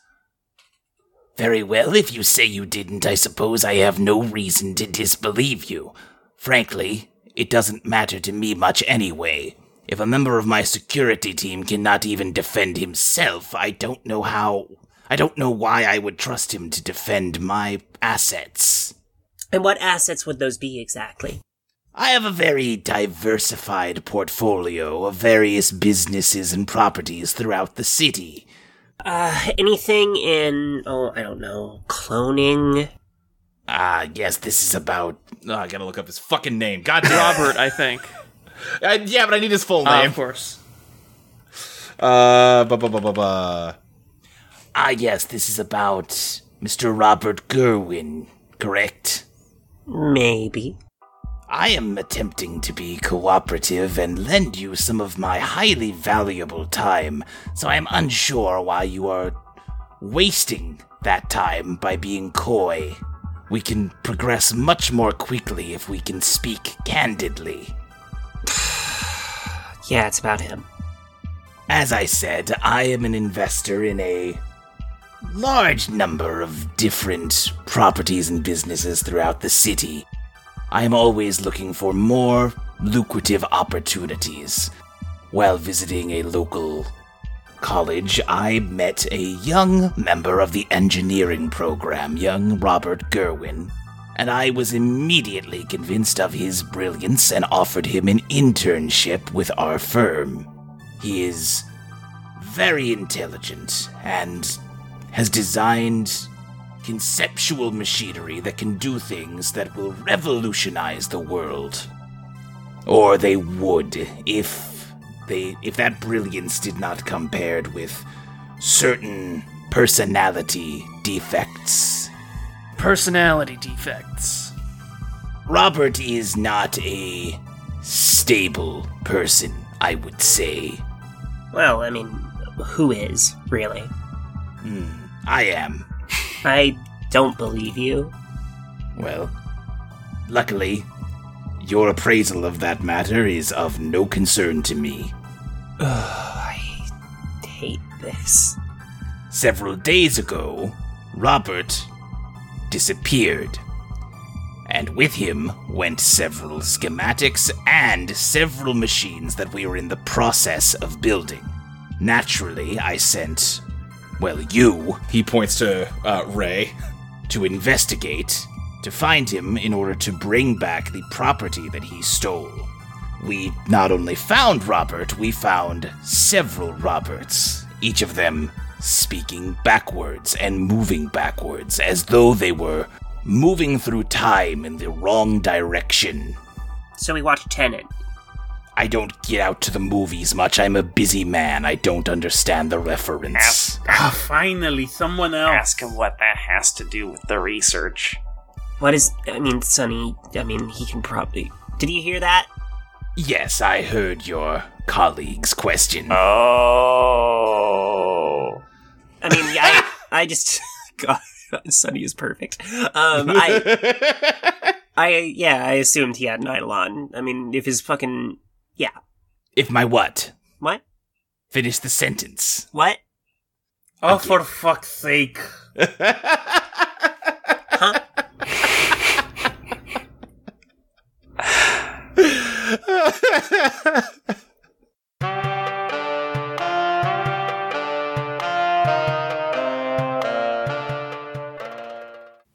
S9: Very well, if you say you didn't, I suppose I have no reason to disbelieve you. Frankly, it doesn't matter to me much anyway. If a member of my security team cannot even defend himself, I don't know how. I don't know why I would trust him to defend my assets.
S5: and what assets would those be exactly?
S9: I have a very diversified portfolio of various businesses and properties throughout the city.
S5: Uh, anything in oh, I don't know, cloning.
S9: Ah, yes, this is about.
S4: Oh, I gotta look up his fucking name. God damn.
S7: Robert, I think.
S4: [laughs] Uh, yeah, but I need his full
S7: Uh,
S4: name.
S7: of course.
S4: Uh, bu- bu- bu- bu- bu.
S9: Ah, yes, this is about Mr. Robert Gerwin, correct?
S5: Maybe.
S9: I am attempting to be cooperative and lend you some of my highly valuable time, so I am unsure why you are wasting that time by being coy. We can progress much more quickly if we can speak candidly.
S5: [sighs] Yeah, it's about him.
S9: As I said, I am an investor in a large number of different properties and businesses throughout the city. I am always looking for more lucrative opportunities. While visiting a local college, I met a young member of the engineering program, young Robert Gerwin, and I was immediately convinced of his brilliance and offered him an internship with our firm. He is very intelligent and has designed conceptual machinery that can do things that will revolutionize the world. Or they would if they if that brilliance did not compared with certain personality defects.
S7: Personality defects.
S9: Robert is not a stable person, I would say.
S5: Well, Oh, I mean, who is really?
S9: Hmm, I am.
S5: I don't believe you.
S9: Well, luckily, your appraisal of that matter is of no concern to me.
S5: [sighs] Hate this.
S9: Several days ago, Robert disappeared. And with him went several schematics and several machines that we were in the process of building. Naturally, I sent, well, you
S4: He points to uh, Ray.
S9: to investigate, to find him in order to bring back the property that he stole. We not only found Robert, we found several Roberts, each of them speaking backwards and moving backwards as though they were moving through time in the wrong direction.
S5: So we watched Tenant.
S9: I don't get out to the movies much. I'm a busy man. I don't understand the reference.
S8: Ah, finally, someone else.
S6: Ask him what that has to do with the research.
S5: What is? I mean, Sonny. I mean, he can probably. Did you hear that?
S9: Yes, I heard your colleague's question.
S6: Oh.
S5: I mean, yeah, I, [laughs] I just God, Sunny is perfect. Um, I,
S9: [laughs]
S5: I, yeah, I assumed he had an eidolon. I mean, if his fucking yeah,
S9: if
S5: [laughs]
S9: my what?
S5: what,
S9: Finish the sentence.
S5: what?
S8: Oh, for fuck's sake.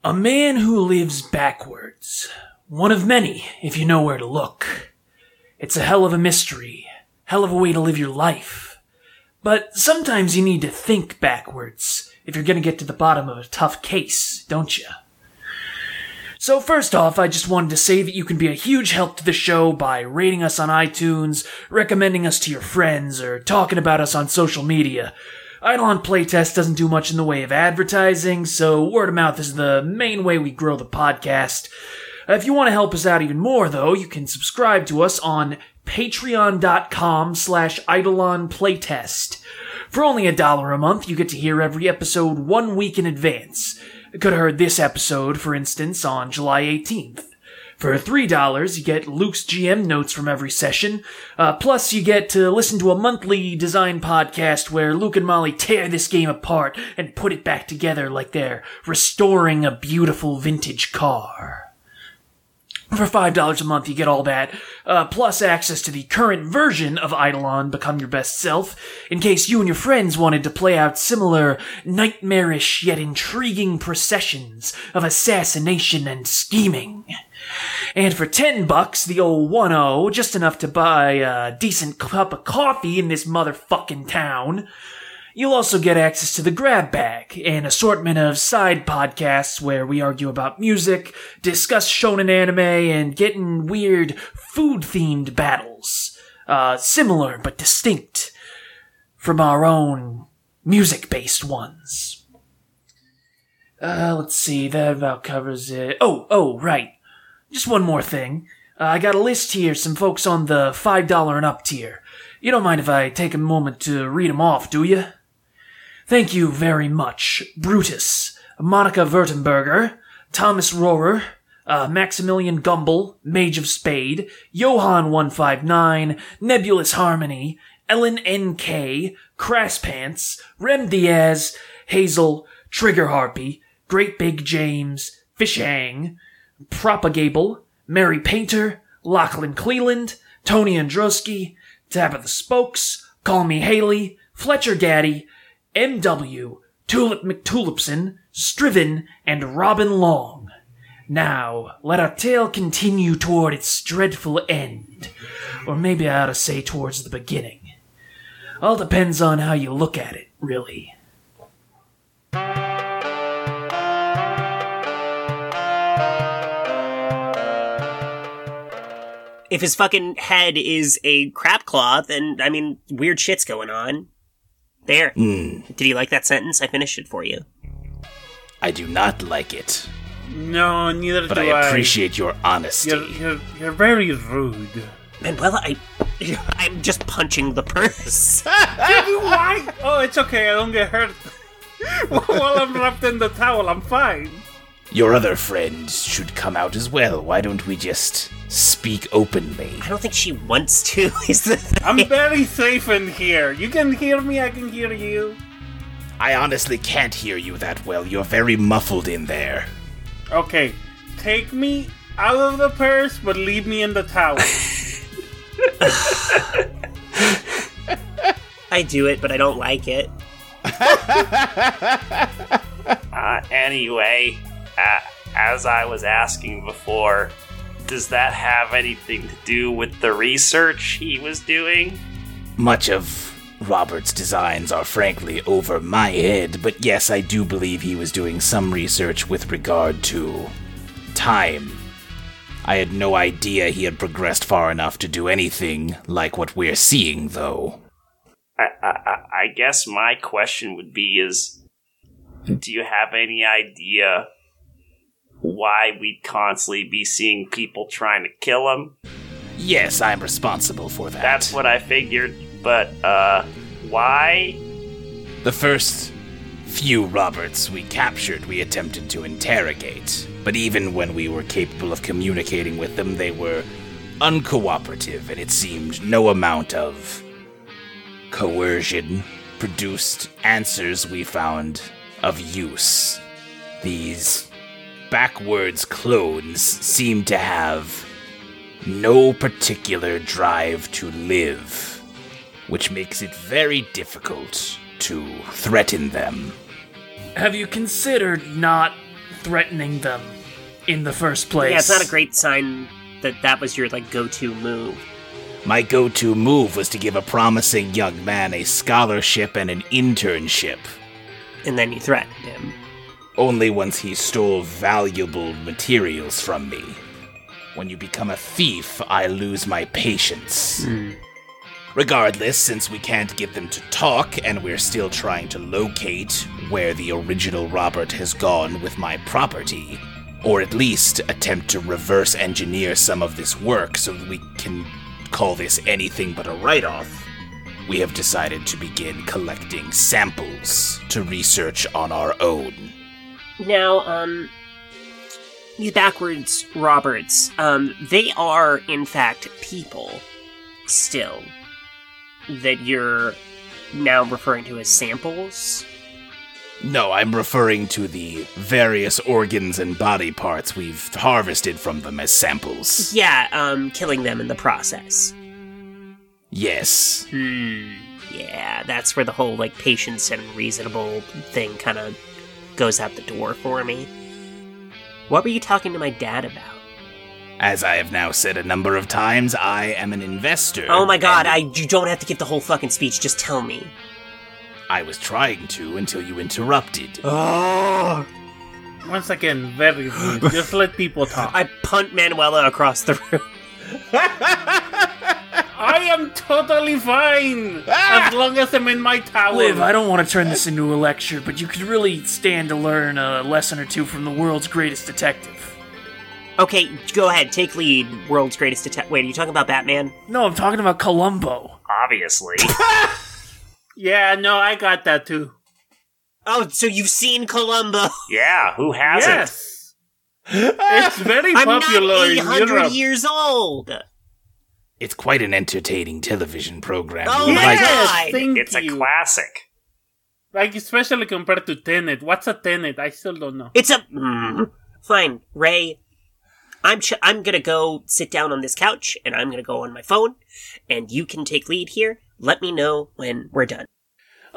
S7: A man who lives backwards. One of many, if you know where to look. It's a hell of a mystery, hell of a way to live your life. But sometimes you need to think backwards if you're gonna get to the bottom of a tough case, don't you? So, first off, I just wanted to say that you can be a huge help to the show by rating us on iTunes, recommending us to your friends, or talking about us on social media. Eidolon Playtest doesn't do much in the way of advertising, so word of mouth is the main way we grow the podcast. Uh, If you want to help us out even more, though, you can subscribe to us on patreon.com slash eidolon playtest. For only a dollar a month, you get to hear every episode one week in advance. You could have heard this episode, for instance, on July 18th. For $3, you get Luke's GM notes from every session. Uh, plus, you get to listen to a monthly design podcast where Luke and Molly tear this game apart and put it back together like they're restoring a beautiful vintage car. For $5 a month, you get all that, uh, plus access to the current version of Eidolon Become Your Best Self, in case you and your friends wanted to play out similar, nightmarish yet intriguing processions of assassination and scheming. And for 10 bucks, the old 1-0, just enough to buy a decent cup of coffee in this motherfucking town, You'll also get access to the grab bag, an assortment of side podcasts where we argue about music, discuss shonen anime, and get in weird food-themed battles. Uh, similar but distinct from our own music-based ones. Uh, let's see, that about covers it. Oh, oh, right. Just one more thing. Uh, I got a list here, some folks on the $5 and up tier. You don't mind if I take a moment to read 'em off, do you? Thank you very much, Brutus, Monica Wurtemberger, Thomas Rohrer, uh, Maximilian Gumble, Mage of Spade, Johan159, Nebulous Harmony, Ellen N.K., Crasspants, Rem Diaz, Hazel, Trigger Harpy, Great Big James, Fishang, Propagable, Mary Painter, Lachlan Cleland, Tony Androsky, Tabitha Spokes, Call Me Haley, Fletcher Gaddy, M.W., Tulip McTulipson, Striven, and Robin Long. Now, let our tale continue toward its dreadful end. Or maybe I ought to say towards the beginning. All depends on how you look at it, really.
S5: If his fucking head is a crap cloth, then, I mean, weird shit's going on. There.
S9: Hmm.
S5: Did you like that sentence? I finished it for you.
S9: I do not like it,
S8: No, neither
S9: but
S8: do
S9: I appreciate your honesty.
S8: You're, you're, you're very rude.
S5: Manuela, I, [laughs] I'm just punching the purse.
S8: Why? Oh, it's okay. I don't get hurt. [laughs] While I'm wrapped in the towel, I'm fine.
S9: Your other friends should come out as well. Why don't we just speak openly?
S5: I don't think she wants to. [laughs] Is the
S8: I'm very safe in here. You can hear me. I can hear you.
S9: I honestly can't hear you that well. You're very muffled in there.
S8: Okay, take me out of the purse, but leave me in the towel.
S5: [laughs] I do it, but I don't like
S9: [laughs]
S5: it.
S6: [laughs] Uh, anyway, uh, as I was asking before, does that have anything to do with the research he was doing?
S9: Much of Robert's designs are frankly over my head, but yes, I do believe he was doing some research with regard to time. I had no idea he had progressed far enough to do anything like what we're seeing, though.
S6: I, I, I- I guess my question would be is do you have any idea why we'd constantly be seeing people trying to kill him?
S9: Yes, I'm responsible for that.
S6: That's what I figured, but uh why?
S9: The first few Roberts we captured, we attempted to interrogate. But even when we were capable of communicating with them, they were uncooperative, and it seemed no amount of coercion produced answers we found of use. These backwards clones seem to have no particular drive to live which makes it very difficult to threaten them.
S7: Have you considered not threatening them in the first place.
S5: Yeah, it's not a great sign that that was your like go-to move.
S9: My go to move was to give a promising young man a scholarship and an internship,
S5: And then you threatened him.
S9: only once he stole valuable materials from me. When you become a thief, I lose my patience. Regardless, since we can't get them to talk and we're still trying to locate where the original Robert has gone with my property, or at least attempt to reverse engineer some of this work so that we can call this anything but a write off, we have decided to begin collecting samples to research on our own.
S5: Now, um, these backwards Roberts, um, they are in fact people still that you're now referring to as samples.
S9: No, I'm referring to the various organs and body parts we've harvested from them as samples.
S5: Yeah, um, killing them in the process. Hmm.
S9: Yes.
S5: Yeah, that's where the whole like patience and reasonable thing kind of goes out the door for me. What were you talking to my dad about?
S9: As I have now said a number of times, I am an investor.
S5: Oh my god,
S9: and
S5: I you don't have to give the whole fucking speech, just tell me.
S9: I was trying to until you interrupted.
S5: Oh,
S8: Once again, very rude. Just let people talk.
S5: I punt Manuela across the room. [laughs]
S8: I am totally fine
S5: Ah!
S8: as long as I'm in my tower.
S7: Liv, I don't want to turn this into a lecture, but you could really stand to learn a lesson or two from the world's greatest detective.
S5: Okay, go ahead, take lead, world's greatest detective. Wait, are you talking about Batman?
S7: No, I'm talking about Columbo.
S9: [laughs]
S6: Obviously.
S8: yeah, no, I got that too.
S5: Oh, so you've seen Columbo. [laughs]
S6: yeah, who hasn't?
S8: Yes, it's very
S5: I'm
S8: popular
S5: not
S8: in
S5: 800
S8: Europe.
S5: years old.
S9: It's quite an entertaining television program.
S5: Oh
S9: you
S5: my
S9: might-
S5: God.
S8: Yes, thank
S6: It's a
S8: you.
S6: classic.
S8: like especially compared to Tenet. What's a Tenet? I still don't know.
S5: It's a mm. fine, Ray. I'm ch- I'm gonna go sit down on this couch, and I'm gonna go on my phone, and you can take lead here. Let me know when we're done.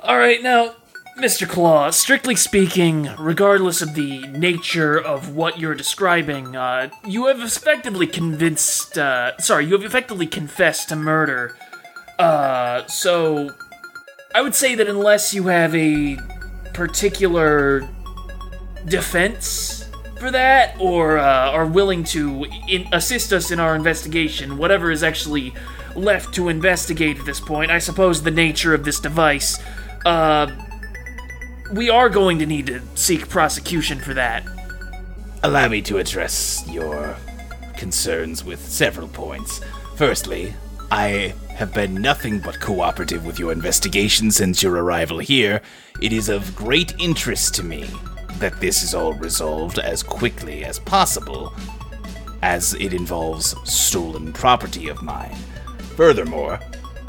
S7: All right, now, Mr. Claw, strictly speaking, regardless of the nature of what you're describing, uh, you have effectively convinced, uh, sorry, you have effectively confessed to murder. Uh, so, I would say that unless you have a particular defense for that or uh, are willing to in- assist us in our investigation, whatever is actually left to investigate at this point, I suppose the nature of this device, uh, we are going to need to seek prosecution for that.
S9: Allow me to address your concerns with several points. Firstly, I have been nothing but cooperative with your investigation since your arrival here. It is of great interest to me that this is all resolved as quickly as possible, as it involves stolen property of mine. Furthermore,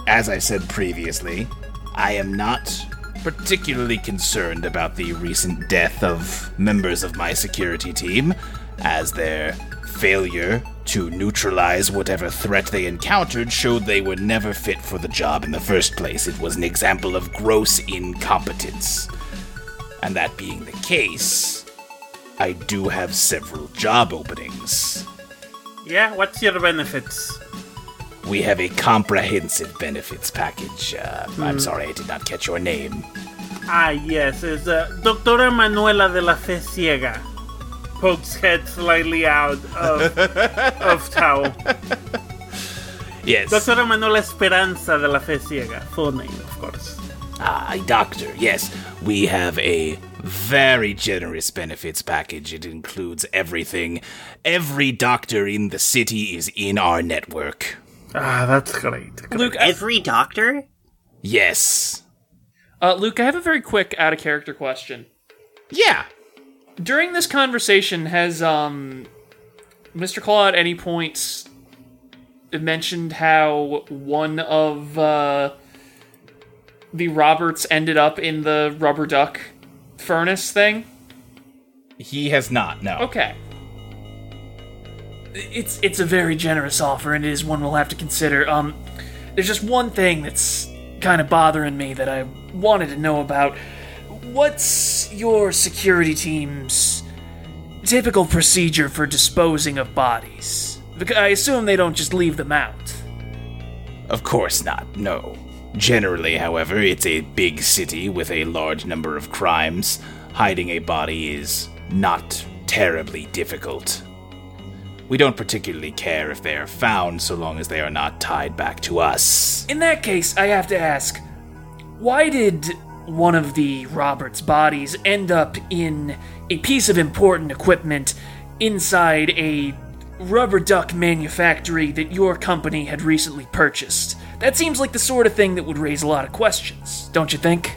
S9: as I said previously, I am not particularly concerned about the recent death of members of my security team, as their failure to neutralize whatever threat they encountered showed they were never fit for the job in the first place. It was an example of gross incompetence. And that being the case, I do have several job openings.
S8: Yeah, what's your benefits?
S9: We have a comprehensive benefits package. Uh, I'm sorry, I did not catch your name.
S8: Ah, yes, it's uh, Doctora Manuela de la Fe Ciega. Pokes head slightly out of, of towel.
S9: Yes.
S8: Doctora Manuela Esperanza de la Fe Ciega. Full name, of course.
S9: Ah, doctor, yes. We have a very generous benefits package. It includes everything. Every doctor in the city is in our network.
S8: Ah, that's great.
S7: Luke, I,
S5: Every doctor?
S9: Yes.
S7: uh, Luke, I have a very quick out of character question.
S9: Yeah.
S7: During this conversation, has um, Mr. Claw at any point mentioned how one of uh, the Roberts ended up in the rubber duck furnace thing?
S9: He has not, no.
S7: Okay. It's it's a very generous offer, and it is one we'll have to consider. Um, there's just one thing that's kind of bothering me that I wanted to know about. What's your security team's typical procedure for disposing of bodies? Because I assume they don't just leave them out.
S9: Of course not, no. Generally, however, it's a big city with a large number of crimes. Hiding a body is not terribly difficult. We don't particularly care if they are found so long as they are not tied back to us.
S7: In that case, I have to ask why did one of the Roberts bodies end up in a piece of important equipment inside a rubber duck manufactory that your company had recently purchased? That seems like the sort of thing that would raise a lot of questions, don't you think?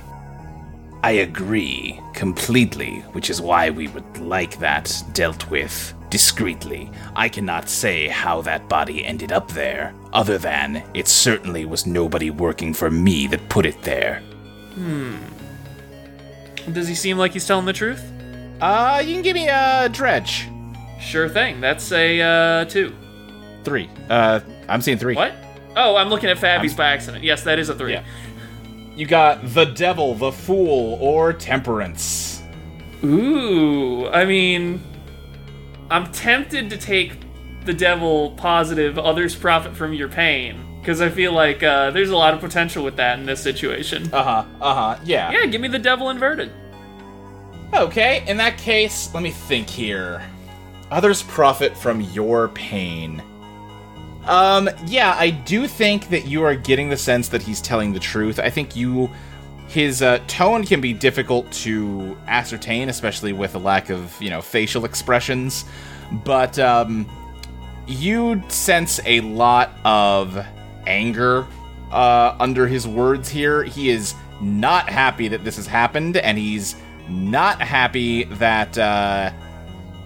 S9: I agree completely, which is why we would like that dealt with discreetly. I cannot say how that body ended up there, other than it certainly was nobody working for me that put it there.
S4: Hmm.
S7: Does he seem like he's telling the truth?
S4: Uh, you can give me a dredge.
S7: Sure thing. That's a uh, two.
S4: Three. Uh, I'm seeing three.
S7: What? Oh, I'm looking at Fabby's by accident. Yes, that is a three.
S4: Yeah. You got the devil, the fool, or temperance.
S7: Ooh, I mean, I'm tempted to take the devil positive, others profit from your pain, because I feel like uh, there's a lot of potential with that in this situation.
S4: Uh huh. Uh huh. Yeah.
S7: yeah, give me the devil inverted.
S4: Okay, in that case, let me think here. Others profit from your pain. Um, yeah, I do think that you are getting the sense that he's telling the truth. I think you. His uh, tone can be difficult to ascertain, especially with a lack of, you know, facial expressions. But, um, you sense a lot of anger uh, under his words here. He is not happy that this has happened, and he's not happy that, uh,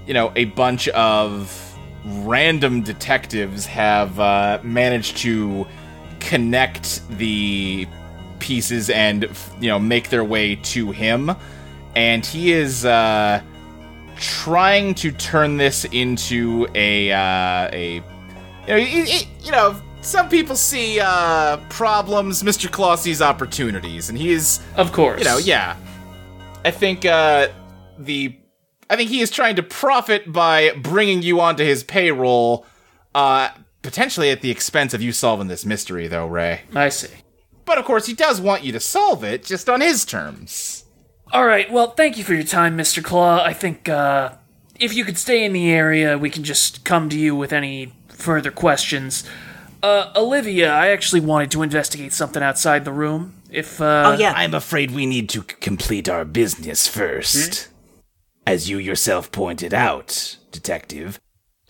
S4: you know, a bunch of random detectives have uh, managed to connect the pieces and, f- you know, make their way to him. And he is, uh, trying to turn this into a uh, a you know, it- it- you know some people see uh, problems Mr. Claw sees opportunities and he is
S7: Of course.
S4: you know yeah I think uh, the I think he is trying to profit by bringing you onto his payroll uh, potentially at the expense of you solving this mystery though Ray
S7: I see.
S4: but of course he does want you to solve it just on his terms
S7: All right. Well, thank you for your time, Mr. Claw. I think uh, if you could stay in the area, we can just come to you with any further questions. Uh, Olivia, I actually wanted to investigate something outside the room. If uh,
S5: Oh, yeah.
S9: I'm afraid we need to c- complete our business first.
S5: Hmm?
S9: As you yourself pointed out, Detective,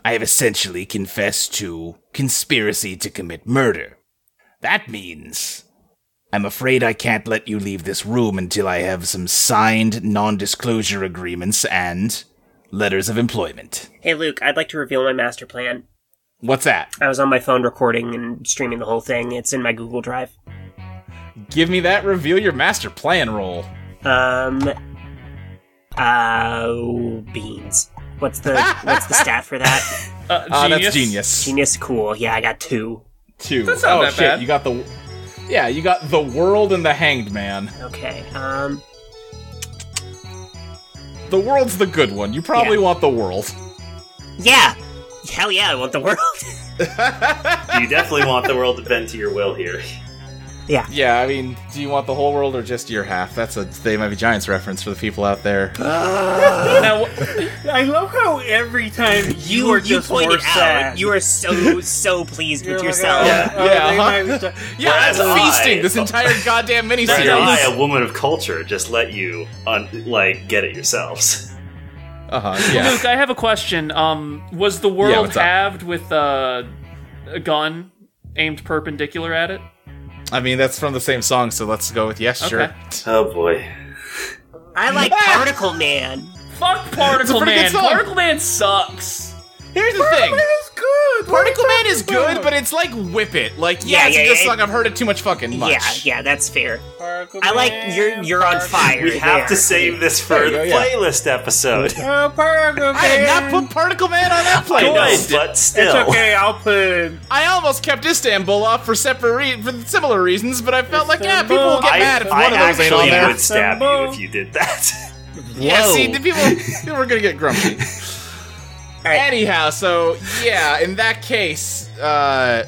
S9: I have essentially confessed to conspiracy to commit murder. That means I'm afraid I can't let you leave this room until I have some signed non disclosure agreements and letters of employment.
S5: Hey, Luke, I'd like to reveal my master plan.
S4: what's that
S5: I was on my phone recording and streaming the whole thing. It's in my Google Drive.
S4: give me that reveal your master plan roll
S5: Um. Uh, beans. What's the what's
S4: [laughs]
S5: the stat for that?
S7: uh,
S4: Ah, that's genius.
S5: Genius, cool. Yeah, I got two.
S4: Two.
S7: That's not
S4: oh
S7: that
S4: shit!
S7: bad.
S4: You got the, yeah, you got the world and the hanged man.
S5: Okay. Um.
S4: The world's the good one. You probably
S5: Yeah.
S4: want the world.
S5: Yeah. Hell yeah, I want
S9: [laughs]
S5: the world.
S6: You definitely want the world to bend to your will here.
S4: Yeah, I mean, do you want the whole world or just your half? That's a they might be giants reference for the people out there.
S6: Uh.
S7: Now,
S8: I love how every time you,
S5: you
S8: are
S5: you
S8: just more
S5: pointed out.
S8: sad.
S5: You are so [laughs] so pleased
S8: You're
S5: with
S8: like,
S5: yourself.
S8: [laughs] oh, oh,
S4: Yeah,
S8: they
S4: huh? [laughs]
S8: might have done-
S4: yeah,
S6: Why
S4: that's
S6: would I-
S4: feasting this entire goddamn
S6: Why I,
S4: miniseries.
S6: a woman of culture, just let you un- like get it yourselves.
S4: Uh huh. Yeah.
S7: Luke, I have a question. Um, was the world
S4: what's up?
S7: halved with uh, a gun aimed perpendicular at it?
S4: I mean, that's from the same song, so let's go with yes, sure.
S7: Okay.
S6: Oh boy.
S5: [laughs] I like Particle Man.
S7: Fuck Particle
S4: pretty good
S7: Man.
S4: song.
S7: Particle Man sucks.
S4: Here's the thing.
S5: [laughs]
S8: It's good. What
S4: Particle
S8: are you
S4: Man is
S8: talking about?
S4: good, but it's like Whip It. Like, yeah,
S5: Yeah,
S4: it's a
S5: yeah,
S4: good
S5: yeah,
S4: song. I've heard it too much fucking much.
S5: Yeah, yeah, that's fair.
S8: Particle
S5: I like
S8: Man,
S5: you're you're on fire.
S6: We have to
S5: there.
S6: save this for
S4: There you
S6: the
S4: go, yeah.
S6: playlist episode.
S4: [laughs]
S8: Oh, Particle
S4: I did not
S8: Man.
S4: put Particle Man on that
S6: I
S4: playlist.
S6: know, but
S8: It's
S6: still.
S8: okay. I'll put.
S4: I almost kept Istanbul off for separate re- for similar reasons, but I felt like yeah, people will get
S6: I,
S4: mad if
S6: I
S4: one of those ain't on
S6: actually
S4: there.
S6: would stab you
S8: Istanbul.
S6: if you did that.
S4: Yeah, see, the people, people are gonna get grumpy. Anyhow, so yeah, in that case, uh,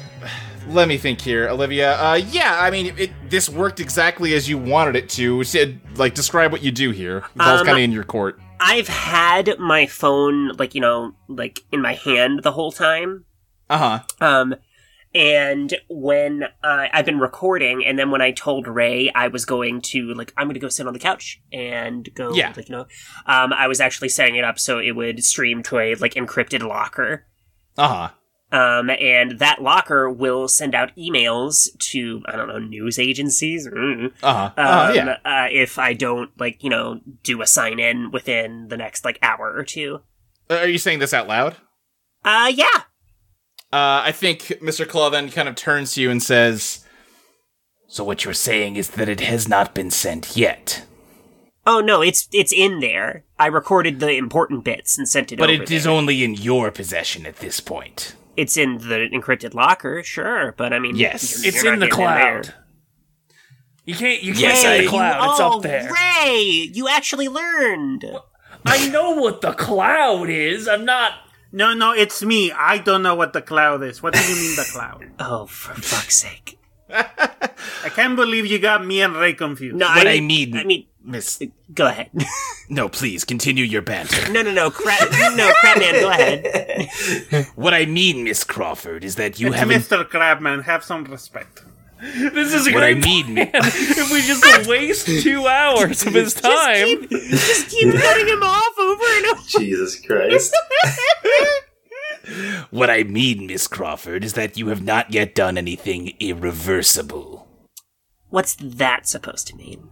S4: let me think here, Olivia. Uh, yeah, I mean, it, this worked exactly as you wanted it to. Said like, describe what you do here. The ball's
S5: Um,
S4: kind of in your court.
S5: I've had my phone, like, you know, like in my hand the whole time.
S4: Uh huh.
S5: Um, and when uh, I've been recording, and then when I told Ray I was going to, like, I'm going to go sit on the couch and go,
S4: Yeah.
S5: like, you know, um, I was actually setting it up so it would stream to a, like, encrypted locker.
S4: Uh huh.
S5: Um, and that locker will send out emails to, I don't know, news agencies. Mm.
S9: Uh-huh.
S4: Uh huh.
S5: Um,
S4: yeah.
S5: uh, if I don't, like, you know, do a sign in within the next, like, hour or two.
S4: Uh, Are you saying this out loud?
S5: Uh, yeah.
S4: Uh, I think Mr. Claw then kind of turns to you and says,
S9: So what you're saying is that it has not been sent yet.
S5: Oh no, it's it's in there. I recorded the important bits and sent it
S9: But
S5: over.
S9: it is
S5: there.
S9: only in your possession at this point.
S5: it's in the encrypted locker, sure, but I mean,
S9: Yes.
S5: you're-
S7: It's
S5: you're
S7: in
S5: not
S7: the
S5: getting there.
S7: cloud. You can't. You can't
S9: Yes,
S7: see
S9: I-
S7: the cloud. It's
S5: oh,
S7: up there.
S5: Ray, you actually learned.
S7: I know what the cloud is. I'm not.
S8: No, no, it's me. I don't know what the cloud is. What do you mean the cloud?
S5: Oh, for fuck's sake!
S8: I can't believe you got me and Ray confused.
S5: No,
S9: What I mean-
S5: I mean,
S9: Miss,
S5: go ahead.
S9: [laughs] no, please continue your banter.
S5: no, no, no, crap, no, crabman, go ahead.
S9: What I mean, Miss Crawford, is that you
S8: it's
S9: haven't.
S8: Mr. Crabman. Have some respect.
S7: [laughs] This is a
S9: What I
S7: great.
S9: mean, mi-
S7: [laughs] if we just waste two hours of his
S5: Just
S7: time.
S5: keep, just [laughs]
S9: [laughs]
S5: keep cutting him off over and over.
S10: Jesus
S5: [laughs]
S10: Christ.
S9: what I mean, Miss Crawford, is that you have not yet done anything irreversible.
S5: What's that supposed to mean?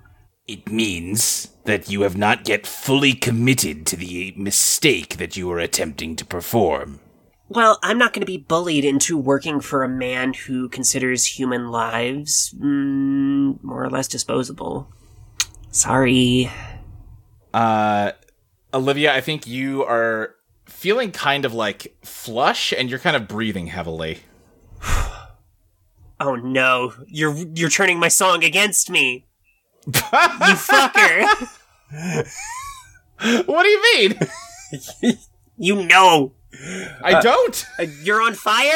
S9: It means that you have not yet fully committed to the mistake that you are attempting to perform.
S5: Well, I'm not going to be bullied into working for a man who considers human lives mm, more or less disposable. Sorry.
S4: uh, Olivia, I think you are feeling kind of like flush and you're kind of breathing heavily.
S5: Oh no, you're you're turning my song against me. you [laughs] fucker.
S4: What do you mean?
S5: [laughs] You know.
S4: I don't.
S5: Uh, You're on fire?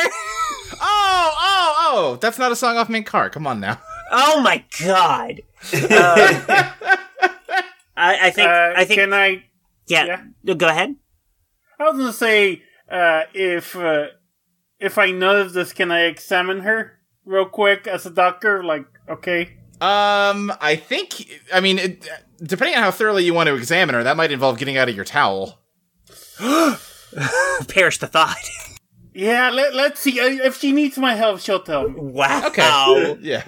S4: Oh, oh, oh. That's not a song off Main Car. Come on now.
S5: Oh my god. Uh, I, I think
S8: Uh,
S5: I think
S8: can I?
S5: yeah, Go ahead.
S8: I was gonna say uh, if uh, if I notice this, can I examine her real quick as a doctor? Like, okay,
S4: Um, I think, I mean, it, depending on how thoroughly you want to examine her, that might involve getting out of your towel.
S5: [gasps] Perish the thought.
S8: yeah. Let, let's see Uh, if she needs my help. She'll tell me.
S5: Wow.
S4: Okay.
S9: [laughs]
S4: Yeah.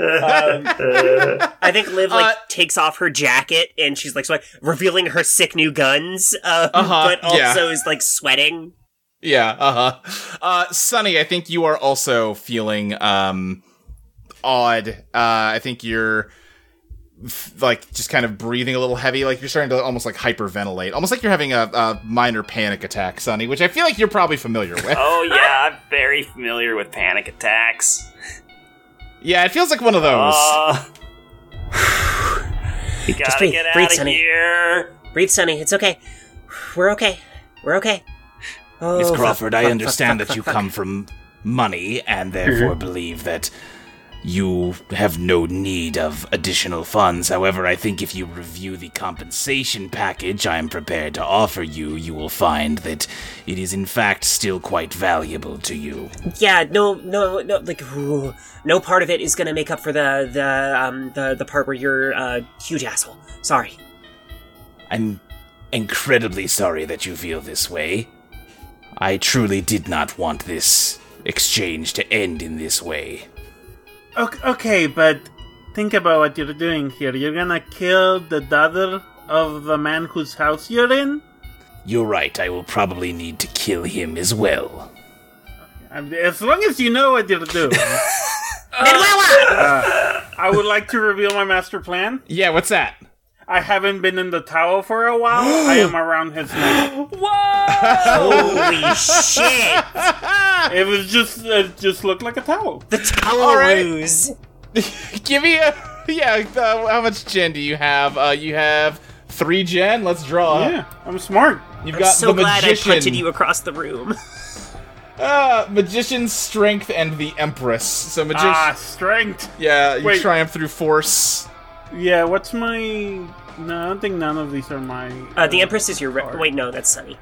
S5: I think Liv like
S4: Uh,
S5: takes off her jacket and she's like, so, like revealing her sick new guns, um,
S4: Uh-huh,
S5: but also
S4: yeah.
S5: is like sweating.
S4: Yeah, uh-huh. Uh Sunny, I think you are also feeling um odd. Uh I think you're f- like just kind of breathing a little heavy, like you're starting to almost like hyperventilate. Almost like you're having a, a minor panic attack, Sunny, which I feel like you're probably familiar with. [laughs]
S6: Oh yeah, I'm very familiar with panic attacks.
S4: Yeah, it feels like one of those.
S6: Uh, you gotta
S5: breathe,
S6: get
S5: breathe,
S6: out of
S5: Sonny.
S6: here.
S5: Breathe, Sonny. It's okay. We're okay. We're okay. Oh,
S9: Miss
S5: fuck,
S9: Crawford,
S5: [laughs]
S9: I
S5: fuck,
S9: understand
S5: fuck,
S9: that you
S5: fuck, fuck,
S9: come from money and therefore believe that you have no need of additional funds. However, I think if you review the compensation package I am prepared to offer you, you will find that it is in fact still quite valuable to you.
S5: fuck. Yeah, no, no, no. Like, ooh, no part of it is gonna make up for the the um the the part where you're a huge asshole. Sorry.
S9: I'm incredibly sorry that you feel this way. I truly did not want this exchange to end in this way.
S8: Okay, okay, but think about what you're doing here. You're gonna kill the daughter of the man whose house you're in.
S9: You're right, I will probably need to kill him as well.
S8: Um, As long as you know what you're doing,
S5: [laughs]
S8: uh,
S5: Manuela!
S8: I would like to reveal my master plan.
S4: yeah, what's that?
S8: I haven't been in the towel for a while. I
S5: [gasps]
S8: am around his neck.
S5: [laughs] Holy shit!
S8: [laughs] It was just, it just looked like a towel.
S5: The towel
S4: right.
S5: ruse.
S4: [laughs] Give me a Yeah, uh, how much gen do you have? Uh you have 3 gen. Let's draw.
S8: Yeah, I'm smart.
S4: You've
S5: I'm
S4: got
S5: so
S4: the
S5: glad
S4: magician,
S5: I punted you across the room.
S4: Ah, magician's strength and the empress. So magician,
S8: Ah, strength.
S4: yeah, Uh, you
S8: wait.
S4: triumph through force.
S8: Yeah, what's my? No, I don't think none of these are my.
S5: Uh, the Empress is your. Re- wait, no, that's Sunny.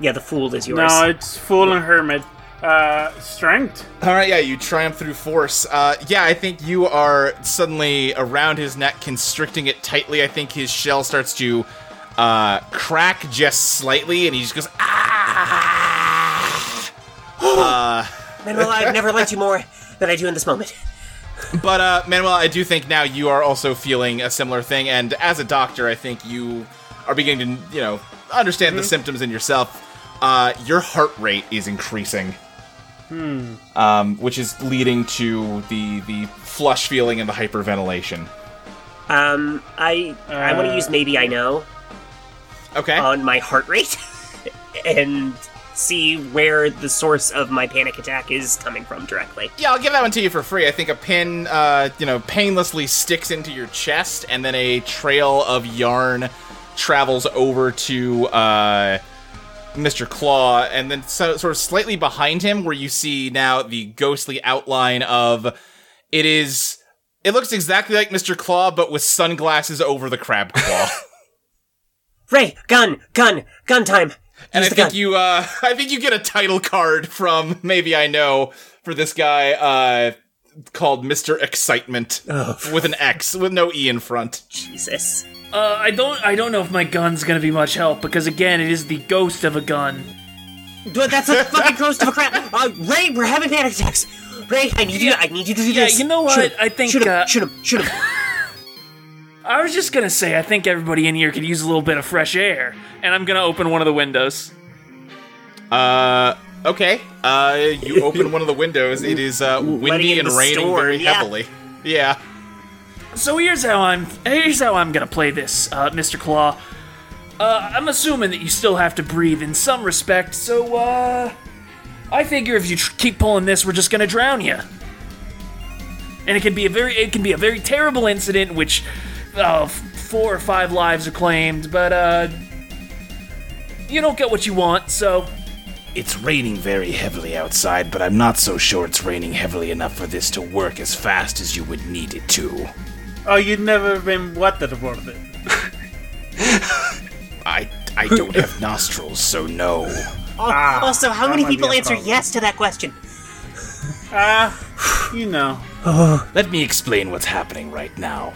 S5: Yeah, the Fool is yours.
S8: No, it's fool and hermit. Uh, strength.
S4: All right, yeah, you triumph through force. Uh, yeah, I think you are suddenly around his neck, constricting it tightly. I think his shell starts to uh, crack just slightly, and he just goes, ah! [gasps] uh,
S5: Manuel, I've never liked you more than I do in this moment.
S4: But uh, Manuel, I do think now you are also feeling a similar thing, and as a doctor, I think you are beginning to, you know, understand
S8: Mm-hmm.
S4: the symptoms in yourself. Uh, your heart rate is increasing, hmm. um, which is leading to the the flush feeling and the hyperventilation.
S5: Um, I I want to
S8: Uh,
S5: use maybe I know
S4: Okay.
S5: on my heart rate [laughs] and see where the source of my panic attack is coming from directly.
S4: yeah, I'll give that one to you for free. I think a pin, uh, you know, painlessly sticks into your chest, and then a trail of yarn travels over to uh, Mr. Claw, and then so, sort of slightly behind him, where you see now the ghostly outline of it is. It looks exactly like Mr. Claw, but with sunglasses over the crab [laughs] claw.
S5: Ray, gun, gun, gun time.
S4: and I
S5: Use the
S4: think
S5: gun.
S4: you, uh, [laughs] I think you get a title card from maybe I know for this guy uh, called Mister Excitement with an X with no e in front.
S5: Oh. Jesus.
S7: Uh, I don't I don't know if my gun's gonna be much help because again, it is the ghost of a gun.
S5: Dude, that's a fucking ghost of a crap. Uh, Ray, we're having panic attacks. Ray, I need you. I need you to do
S7: Yeah,
S5: this.
S7: you know
S5: Shoot
S7: what?
S5: him,
S7: I think,
S5: Shoot him.
S7: uh,
S5: shoot him. Shoot him.
S7: I was just gonna say I think everybody in here could use a little bit of fresh air, and I'm gonna open one of the windows.
S4: Uh, okay. Uh,
S5: [laughs]
S4: you open one of the windows. It is uh, windy
S5: in
S4: and
S5: the
S4: raining
S5: storm,
S4: very
S5: yeah.
S4: heavily. Yeah.
S7: So here's how I'm here's how I'm gonna play this, uh, Mr. Claw. Uh, I'm assuming that you still have to breathe in some respect, so uh, I figure if you tr- keep pulling this, we're just gonna drown you. And it can be a very it can be a very terrible incident, in which uh, f- four or five lives are claimed, but uh, you don't get what you want, so
S9: It's raining very heavily outside, but I'm not so sure it's raining heavily enough for this to work as fast as you would need it to.
S8: Oh, you've never been watered about it.
S9: [laughs] I I don't have nostrils, so no.
S5: Al- Oh,
S4: Ah,
S5: also, how
S8: that
S5: many
S8: might be
S5: people
S8: a
S5: answer
S8: problem.
S5: yes to that question?
S8: Ah, you know.
S9: [sighs] Let me explain what's happening right now.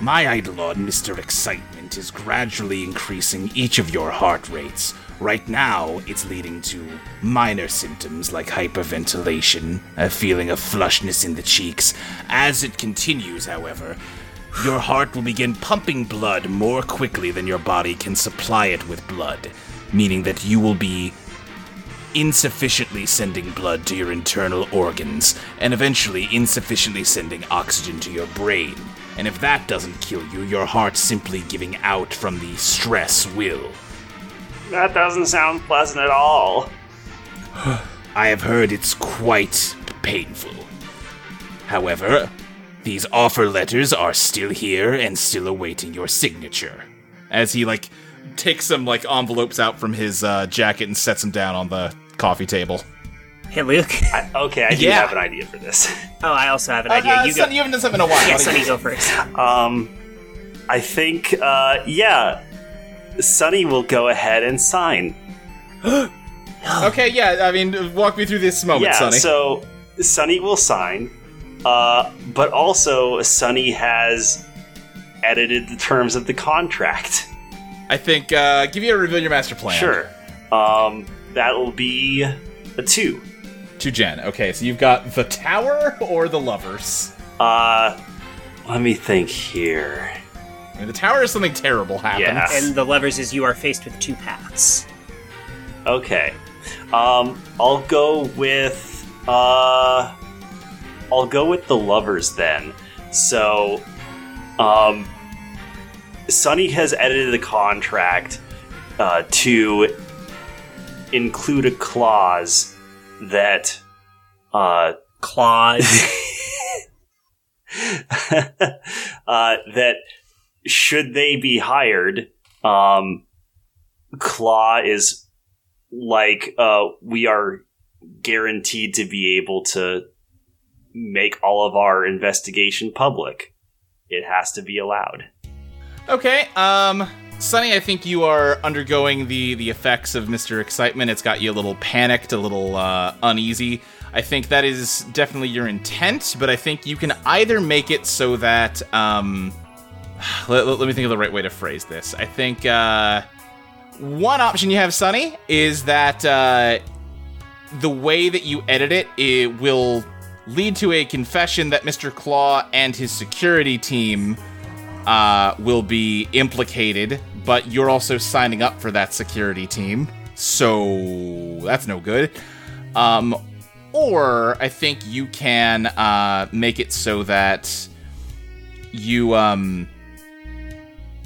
S9: My Eidolon, Mr. Excitement, is gradually increasing each of your heart rates. Right now, it's leading to minor symptoms like hyperventilation, a feeling of flushness in the cheeks. As it continues, however, your heart will begin pumping blood more quickly than your body can supply it with blood, meaning that you will be insufficiently sending blood to your internal organs, and eventually insufficiently sending oxygen to your brain. And if that doesn't kill you, your heart's simply giving out from the stress will.
S6: That doesn't sound pleasant at all.
S9: I have heard it's quite painful. However, these offer letters are still here and still awaiting your signature.
S4: As he like takes some like envelopes out from his uh, jacket and sets them down on the coffee table.
S5: Hey, Luke.
S6: [laughs] I, okay, I do
S4: Yeah.
S6: have an idea for this. [laughs]
S5: Oh, I also have an idea.
S4: uh,
S5: You
S4: Sonny,
S5: go.
S4: you haven't done something in a while.
S5: Yeah,
S4: What do you-
S5: Sunny, go first.
S6: Um, I think, uh, yeah, Sunny will go ahead and sign.
S5: Oh.
S4: Okay, yeah. I mean, walk me through this moment,
S6: yeah,
S4: Sonny.
S6: so Sunny will sign, uh, but also Sunny has edited the terms of the contract.
S4: I think uh, give you a reveal your master plan.
S6: Sure. Um, that will be a two.
S4: To Jen. Okay, so you've got the tower or the lovers.
S6: Uh, let me think here.
S4: I mean, the tower is something terrible happens.
S6: Yeah.
S5: And the levers is you are faced with two paths.
S6: Okay. Um, I'll go with uh, I'll go with the lovers then. So, um, Sunny has edited the contract uh, to include a clause that uh,
S5: Claws.
S6: [laughs] uh, that should they be hired, um, Claw is like uh, we are guaranteed to be able to make all of our investigation public. It has to be allowed.
S4: Okay, um, Sonny, I think you are undergoing the the effects of Mr. Excitement. It's got you a little panicked, a little uh, uneasy. I think that is definitely your intent, but I think you can either make it so that um, [sighs] let, let- let me think of the right way to phrase this. I think uh, one option you have, Sonny, is that uh, the way that you edit it, it will lead to a confession that Mr. Claw and his security team uh, will be implicated, but you're also signing up for that security team, so that's no good. Um, or I think you can uh, make it so that you um,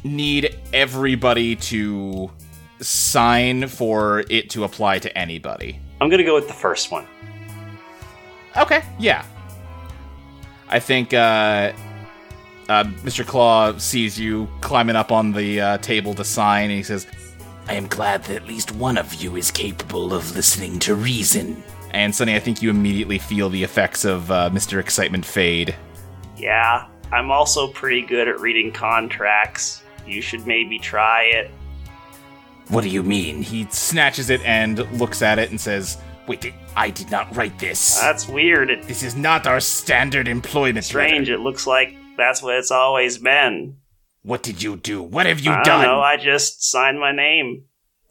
S4: need everybody to sign for it to apply to anybody.
S6: I'm going to go with the first one.
S4: Okay, yeah. I think uh, uh, Mr. Claw sees you climbing up on the uh, table to sign, and he says,
S9: I am glad that at least one of you is capable of listening to reason.
S4: and Sonny, I think you immediately feel the effects of uh, Mr. Excitement fade.
S6: Yeah, I'm also pretty good at reading contracts. You should maybe try it.
S9: What do you mean?
S4: He snatches it and looks at it and says,
S9: Wait, did- I did not write this.
S6: That's weird. It's
S9: this is not our standard employment.
S6: strange.
S9: letter.
S6: It looks like that's what it's always been.
S9: What did you do? What have you
S6: I don't
S9: done?
S6: know. I just signed my name.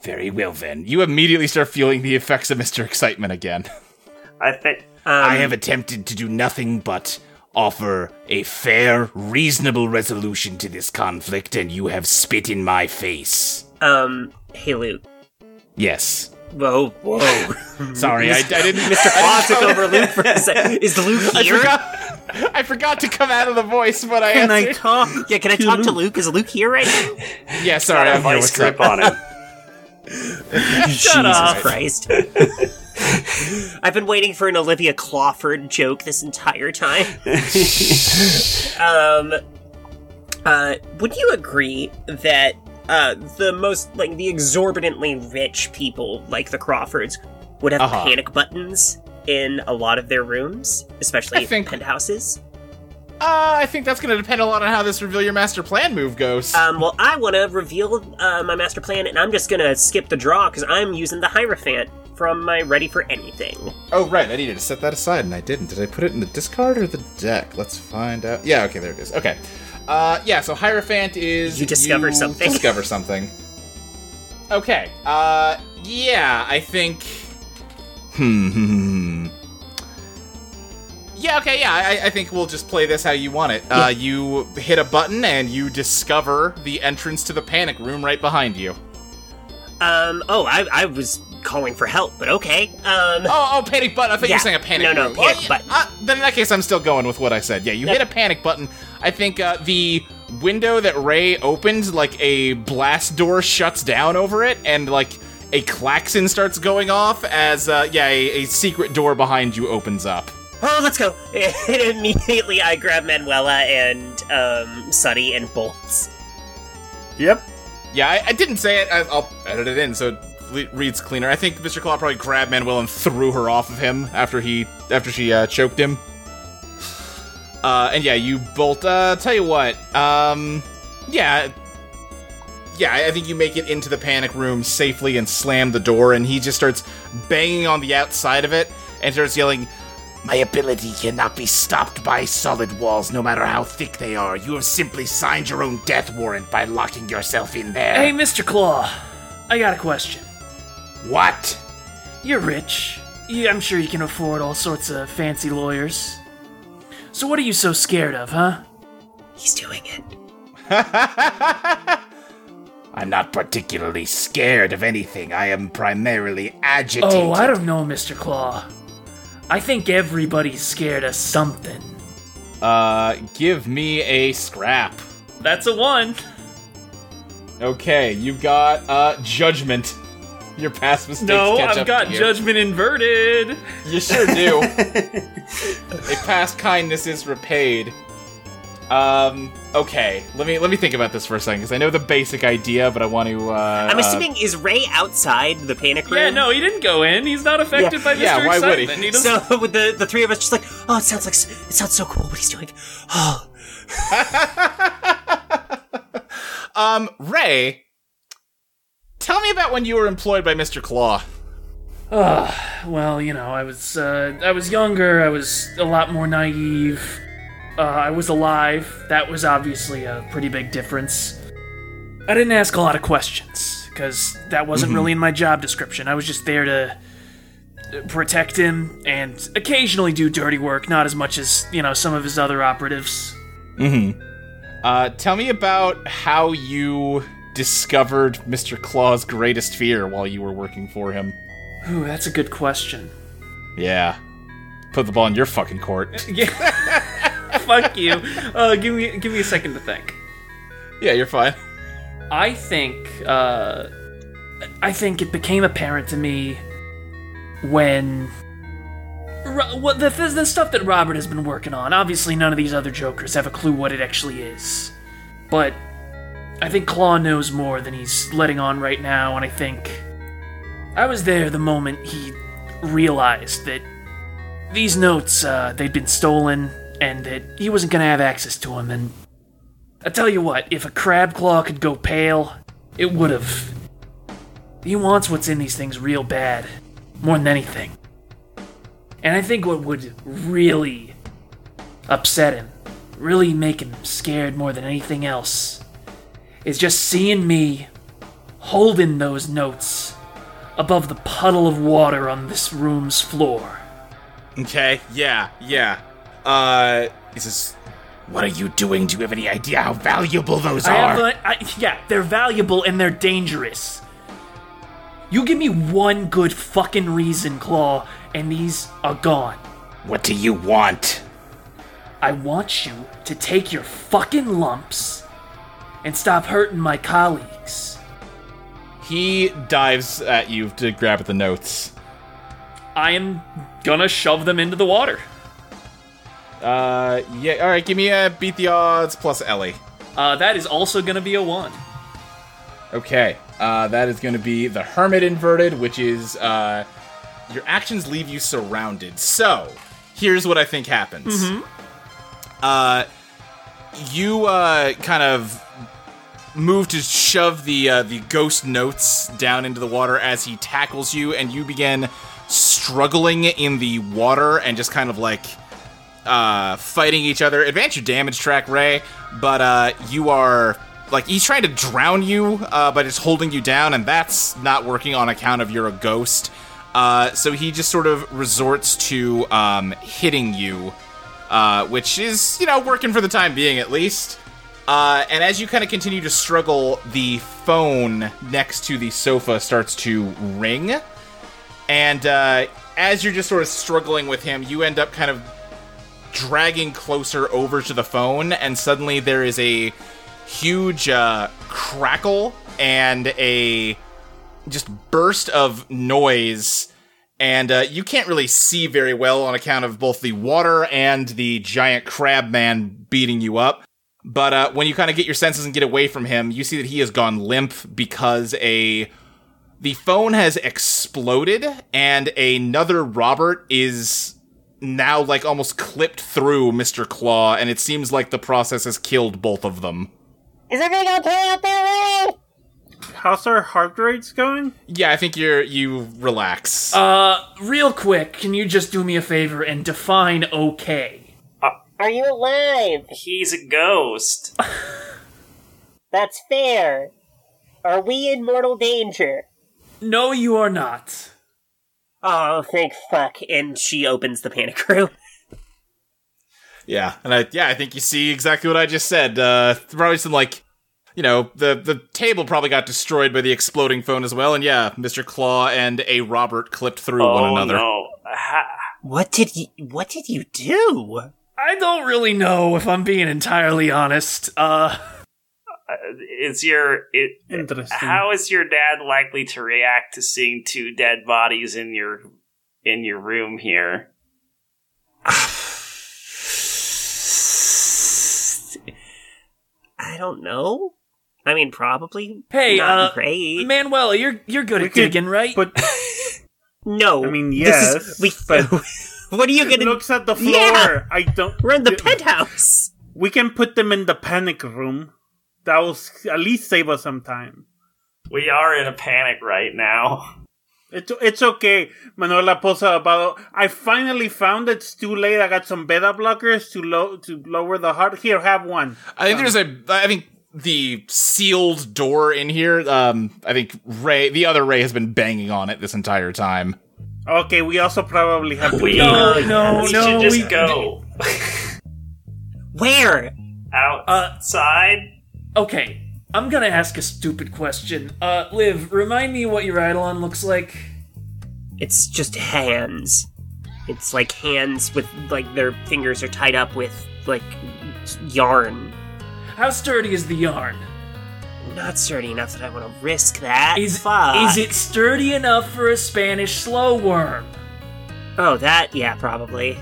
S9: Very well then.
S4: You immediately start feeling the effects of Mr. Excitement again. [laughs]
S6: I think
S9: I
S4: Um,
S9: have attempted to do nothing but offer a fair, reasonable resolution to this conflict, and you have spit in my face.
S5: Um, hey Luke.
S9: Yes.
S5: Whoa, whoa.
S4: [laughs] Sorry,
S5: [laughs]
S4: I, I didn't. Mr.
S5: I took over [laughs] Luke for a sec. Is Luke [laughs]
S4: I
S5: here? [laughs]
S4: forgot. I forgot to come out of the voice, but I
S8: Can I
S4: answered.
S8: talk?
S5: Yeah,
S4: [laughs]
S5: can I talk to Luke? Is Luke here right now?
S4: Yeah, sorry,
S6: I
S4: I'm here.
S6: vice
S4: What's up?
S6: grip on it.
S5: Shut Jesus Christ. [laughs] I've been waiting for an Olivia Clawford joke this entire time. um, uh, would you agree that uh, the most, like, the exorbitantly rich people, like the Crawfords, would have
S4: Uh-huh.
S5: panic buttons in a lot of their rooms, especially
S4: I think-
S5: penthouses?
S4: Uh, I think that's going to depend a lot on how this reveal your master plan move goes.
S5: Um, well, I want to reveal uh, my master plan, and I'm just going to skip the draw because I'm using the Hierophant from my Ready for Anything.
S4: oh, right, I needed to set that aside, and I didn't. Did I put it in the discard or the deck? Let's find out. Yeah, okay, there it is. Okay. Uh, yeah, so Hierophant is.
S5: You discover something.
S4: Discover something. Okay. Uh, yeah, I think. Hmm, hmm, hmm. hmm. Yeah, okay, yeah, I, I think we'll just play this how you want it. Uh, you hit a button and you discover the entrance to the panic room right behind you.
S5: Um, oh, I, I was calling for help, but okay. Um,
S4: Oh, oh, panic button. I thought you
S5: Yeah.
S4: were saying a panic
S5: No, no,
S4: room.
S5: panic
S4: oh, yeah.
S5: button.
S4: Uh, then in that case, I'm still going with what I said. Yeah, you hit a panic button. I think uh, the window that Ray opened, like a blast door shuts down over it, and like a klaxon starts going off as, uh, yeah, a, a secret door behind you opens up.
S5: oh, let's go! [laughs] And immediately I grab Manuela and um, Sunny and bolts.
S8: Yep.
S4: Yeah, I, I didn't say it. I, I'll edit it in so it le- reads cleaner. I think Mr. Claw probably grabbed Manuel and threw her off of him after he after she uh, choked him. Uh, and yeah, you bolt. Uh, tell you what. Um, yeah, yeah. I I think you make it into the panic room safely and slam the door, and he just starts banging on the outside of it and starts yelling,
S9: My ability cannot be stopped by solid walls, no matter how thick they are. You have simply signed your own death warrant by locking yourself in there.
S7: Hey, Mr. Claw, I got a question.
S9: What?
S7: You're rich. You, I'm sure you can afford all sorts of fancy lawyers. So what are you so scared of, huh?
S5: He's doing it.
S9: [laughs] I'm not particularly scared of anything. I am primarily agitated.
S7: Oh, I don't know, Mr. Claw. I think everybody's scared of something.
S4: "Uh, give me a scrap."
S7: That's a one.
S4: Okay, you've got uh judgment. Your past mistakes.
S7: No,
S4: catch
S7: I've
S4: up
S7: got
S4: to you. [laughs]
S7: judgment inverted.
S5: [laughs]
S4: You sure do. a past kindness is repaid. Um, okay, let me let me think about this for a second because I know the basic idea, but I want to. Uh,
S5: I'm
S4: uh,
S5: assuming is Ray outside the panic room?
S7: Yeah, no, he didn't go in. He's not affected
S5: Yeah.
S7: by Mr.
S4: Yeah, why would he?
S7: Excitement. he? doesn't-
S5: So [laughs] with the the three of us just like, oh, it sounds like s- it sounds so cool. What he's doing? [gasps] Oh,
S4: um, Ray, tell me about when you were employed by Mr. Claw.
S7: Well, you know, I was uh, I was younger. I was a lot more naive. Uh, I was alive. That was obviously a pretty big difference. I didn't ask a lot of questions because that wasn't really in my job description. I was just there to uh, protect him and occasionally do dirty work, not as much as you know some of his other operatives.
S4: Uh, tell me about how you discovered Mr. Claw's greatest fear while you were working for him.
S7: Ooh, that's a good question.
S4: Yeah, put the ball in your fucking court.
S7: Yeah. [laughs] Fuck you. Uh, give me give me a second to think.
S4: yeah, you're fine.
S7: I think uh, I think it became apparent to me when Ro- what the, the the stuff that Robert has been working on. Obviously, none of these other Jokers have a clue what it actually is, but I think Claw knows more than he's letting on right now, and I think I was there the moment he realized that these notes uh, they'd been stolen and that he wasn't going to have access to them and I tell you what, if a crab claw could go pale, it would have. He wants what's in these things real bad, more than anything. And I think what would really upset him, really make him scared more than anything else, is just seeing me holding those notes above the puddle of water on this room's floor.
S4: Okay. Yeah. Yeah. Uh,
S9: Is this? What are you doing? Do you have any idea how valuable those
S7: I
S9: are?
S7: have the, I, yeah, they're valuable and they're dangerous. You give me one good fucking reason, Claw, and these are gone.
S9: what do you want?
S7: I want you to take your fucking lumps and stop hurting my colleagues.
S4: he dives at you to grab at the notes.
S7: I am gonna shove them into the water.
S4: Uh, yeah. All right. Give me a beat the odds plus Ellie.
S7: Uh, that is also gonna be a one.
S4: Okay, uh, that is going to be the Hermit Inverted, which is uh, your actions leave you surrounded. So, here's what I think
S7: Mm-hmm.
S4: happens.
S5: Mm-hmm.
S4: Uh, you uh, kind of move to shove the uh, the ghost notes down into the water as he tackles you, and you begin struggling in the water and just kind of like uh, fighting each other. Advance your damage track, Ray, but uh, you are like he's trying to drown you, uh, but it's holding you down, and that's not working on account of you're a ghost. Uh, so he just sort of resorts to um, hitting you, uh, which is you know working for the time being at least. Uh, and as you kind of continue to struggle, the phone next to the sofa starts to ring. And uh, as you're just sort of struggling with him, you end up kind of dragging closer over to the phone, and suddenly there is a huge uh, crackle and a just burst of noise. And uh, you can't really see very well on account of both the water and the giant crab man beating you up. But uh, when you kind of get your senses and get away from him, you see that he has gone limp because a the phone has exploded and another Robert is now like almost clipped through Mr. Claw, and it seems like the process has killed both of them.
S10: Is everything okay out there, Ray?
S8: How's our heart rate's going?
S4: Yeah, I think you're you relax.
S6: Uh,
S7: Uh, Real quick, can you just do me a favor and define okay?
S10: Are you alive?
S6: He's a ghost.
S10: That's fair. Are we in mortal danger?
S7: No, you are not.
S5: oh, thank fuck! And she opens the panic room.
S4: yeah, and I yeah I think you see exactly what I just said. Uh, probably some like you know the the table probably got destroyed by the exploding phone as well, and yeah, Mr. Claw and a Robert clipped through
S6: oh
S4: one another.
S6: no! Ha-
S5: What did you? What did you do?
S7: I don't really know if I'm being entirely honest. Uh,
S6: is your it?
S8: Interesting.
S6: How is your dad likely to react to seeing two dead bodies in your in your room here?
S5: I don't know. I mean, probably.
S7: Hey,
S5: not
S7: uh,
S5: great.
S7: Manuela, you're you're good at digging, right?
S8: But
S5: no,
S8: I mean,
S5: this
S8: yes,
S5: is- we-
S8: but
S5: [laughs] what are you
S8: it
S5: gonna?
S8: looks at the floor.
S5: Yeah.
S8: I don't.
S5: We're in the
S8: th-
S5: penthouse.
S8: We can put them in the panic room. That will s- at least save us some time.
S6: We are in a panic right now.
S8: It's it's okay, Manuela Posa about I finally found it. It's too late. I got some beta blockers to low to lower the heart. Here, have one.
S4: I think there's a. I think the sealed door in here. Um, I think Ray, the other Ray, has been banging on it this entire time.
S8: Okay, we also probably have to
S6: We,
S7: No, no,
S6: we should
S7: no,
S6: just
S7: we-
S6: go
S5: Where?
S6: outside.
S7: Okay, I'm gonna ask a stupid question. Uh, Liv, remind me what your Eidolon looks like.
S5: It's just hands. It's like hands with like their fingers are tied up with like yarn.
S7: How sturdy is the yarn?
S5: Not sturdy enough that I want to risk that.
S7: Is
S5: Fuck.
S7: is it sturdy enough for a Spanish slow worm?
S5: Oh, that. Yeah, probably.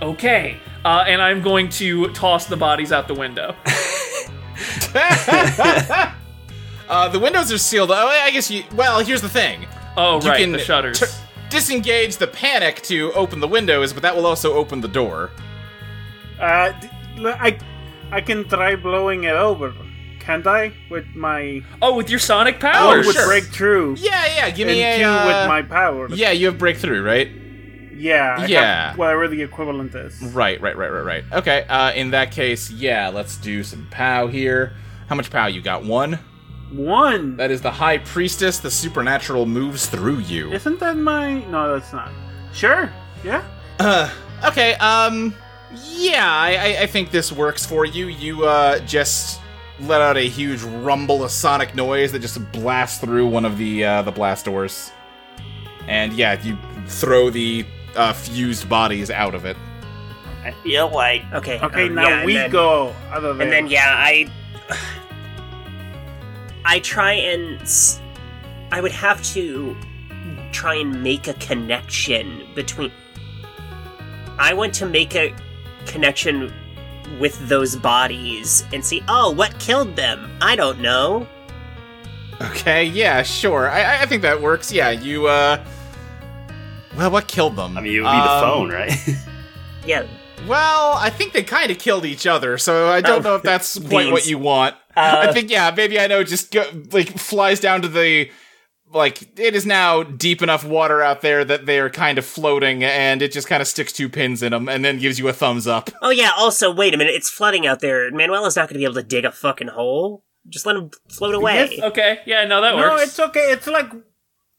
S7: Okay, uh, and I'm going to toss the bodies out the window.
S4: uh, the windows are sealed. Oh, I guess you. Well, here's the thing.
S7: Oh
S4: You
S7: right,
S4: can
S7: the shutters.
S4: tur- disengage the panic to open the windows, but that will also open the door.
S8: Uh, d- l- I, I can try blowing it over. Can't I? With my
S7: oh, with your sonic
S4: Oh,
S7: powers.
S8: with
S4: sure.
S8: breakthrough
S4: Yeah, yeah. Give
S8: and
S4: me a.
S8: two
S4: uh,
S8: with my power.
S4: yeah, you have breakthrough, right?
S8: yeah, I have
S4: Yeah.
S8: whatever the equivalent is.
S4: Right, right, right, right, right. Okay. Uh, in that case, yeah, let's do some pow here. How much pow you got? One.
S8: One.
S4: That is the High Priestess. The supernatural moves through you.
S8: Isn't that my? No, that's not. Sure. Yeah.
S4: Uh, okay. Um. Yeah, I, I, I think this works for you. You uh, just let out a huge rumble of sonic noise that just blasts through one of the uh, the blast doors, and yeah, you throw the uh, fused bodies out of it.
S6: I feel like
S5: Okay.
S8: Okay.
S5: um,
S8: now
S5: yeah, and
S8: we
S5: then-
S8: go. Other than
S5: And then yeah, I I try and s- I would have to try and make a connection between I want to make a connection with those bodies and see, oh, what killed them? I don't know.
S4: Okay, yeah, sure. I- I, I think that works. Yeah, you, uh. Well, what killed them?
S6: I mean, it would be the
S4: Um,
S6: phone, right?
S5: [laughs] Yeah.
S4: Well, I think they kind of killed each other, so I don't
S5: Oh,
S4: know
S5: [laughs]
S4: if that's quite what
S5: beans.
S4: you want.
S5: Uh,
S4: I think, yeah, maybe I know just go, like flies down to the. Like, it is now deep enough water out there that they are kind of floating, and it just kind of sticks two pins in them and then gives you a thumbs up.
S5: Oh yeah, also wait a minute, it's flooding out there. Manuela's not going to be able to dig a fucking hole. Just let him float away.
S7: Okay, yeah, no, that
S8: no,
S7: works. [laughs]
S8: it's okay. It's like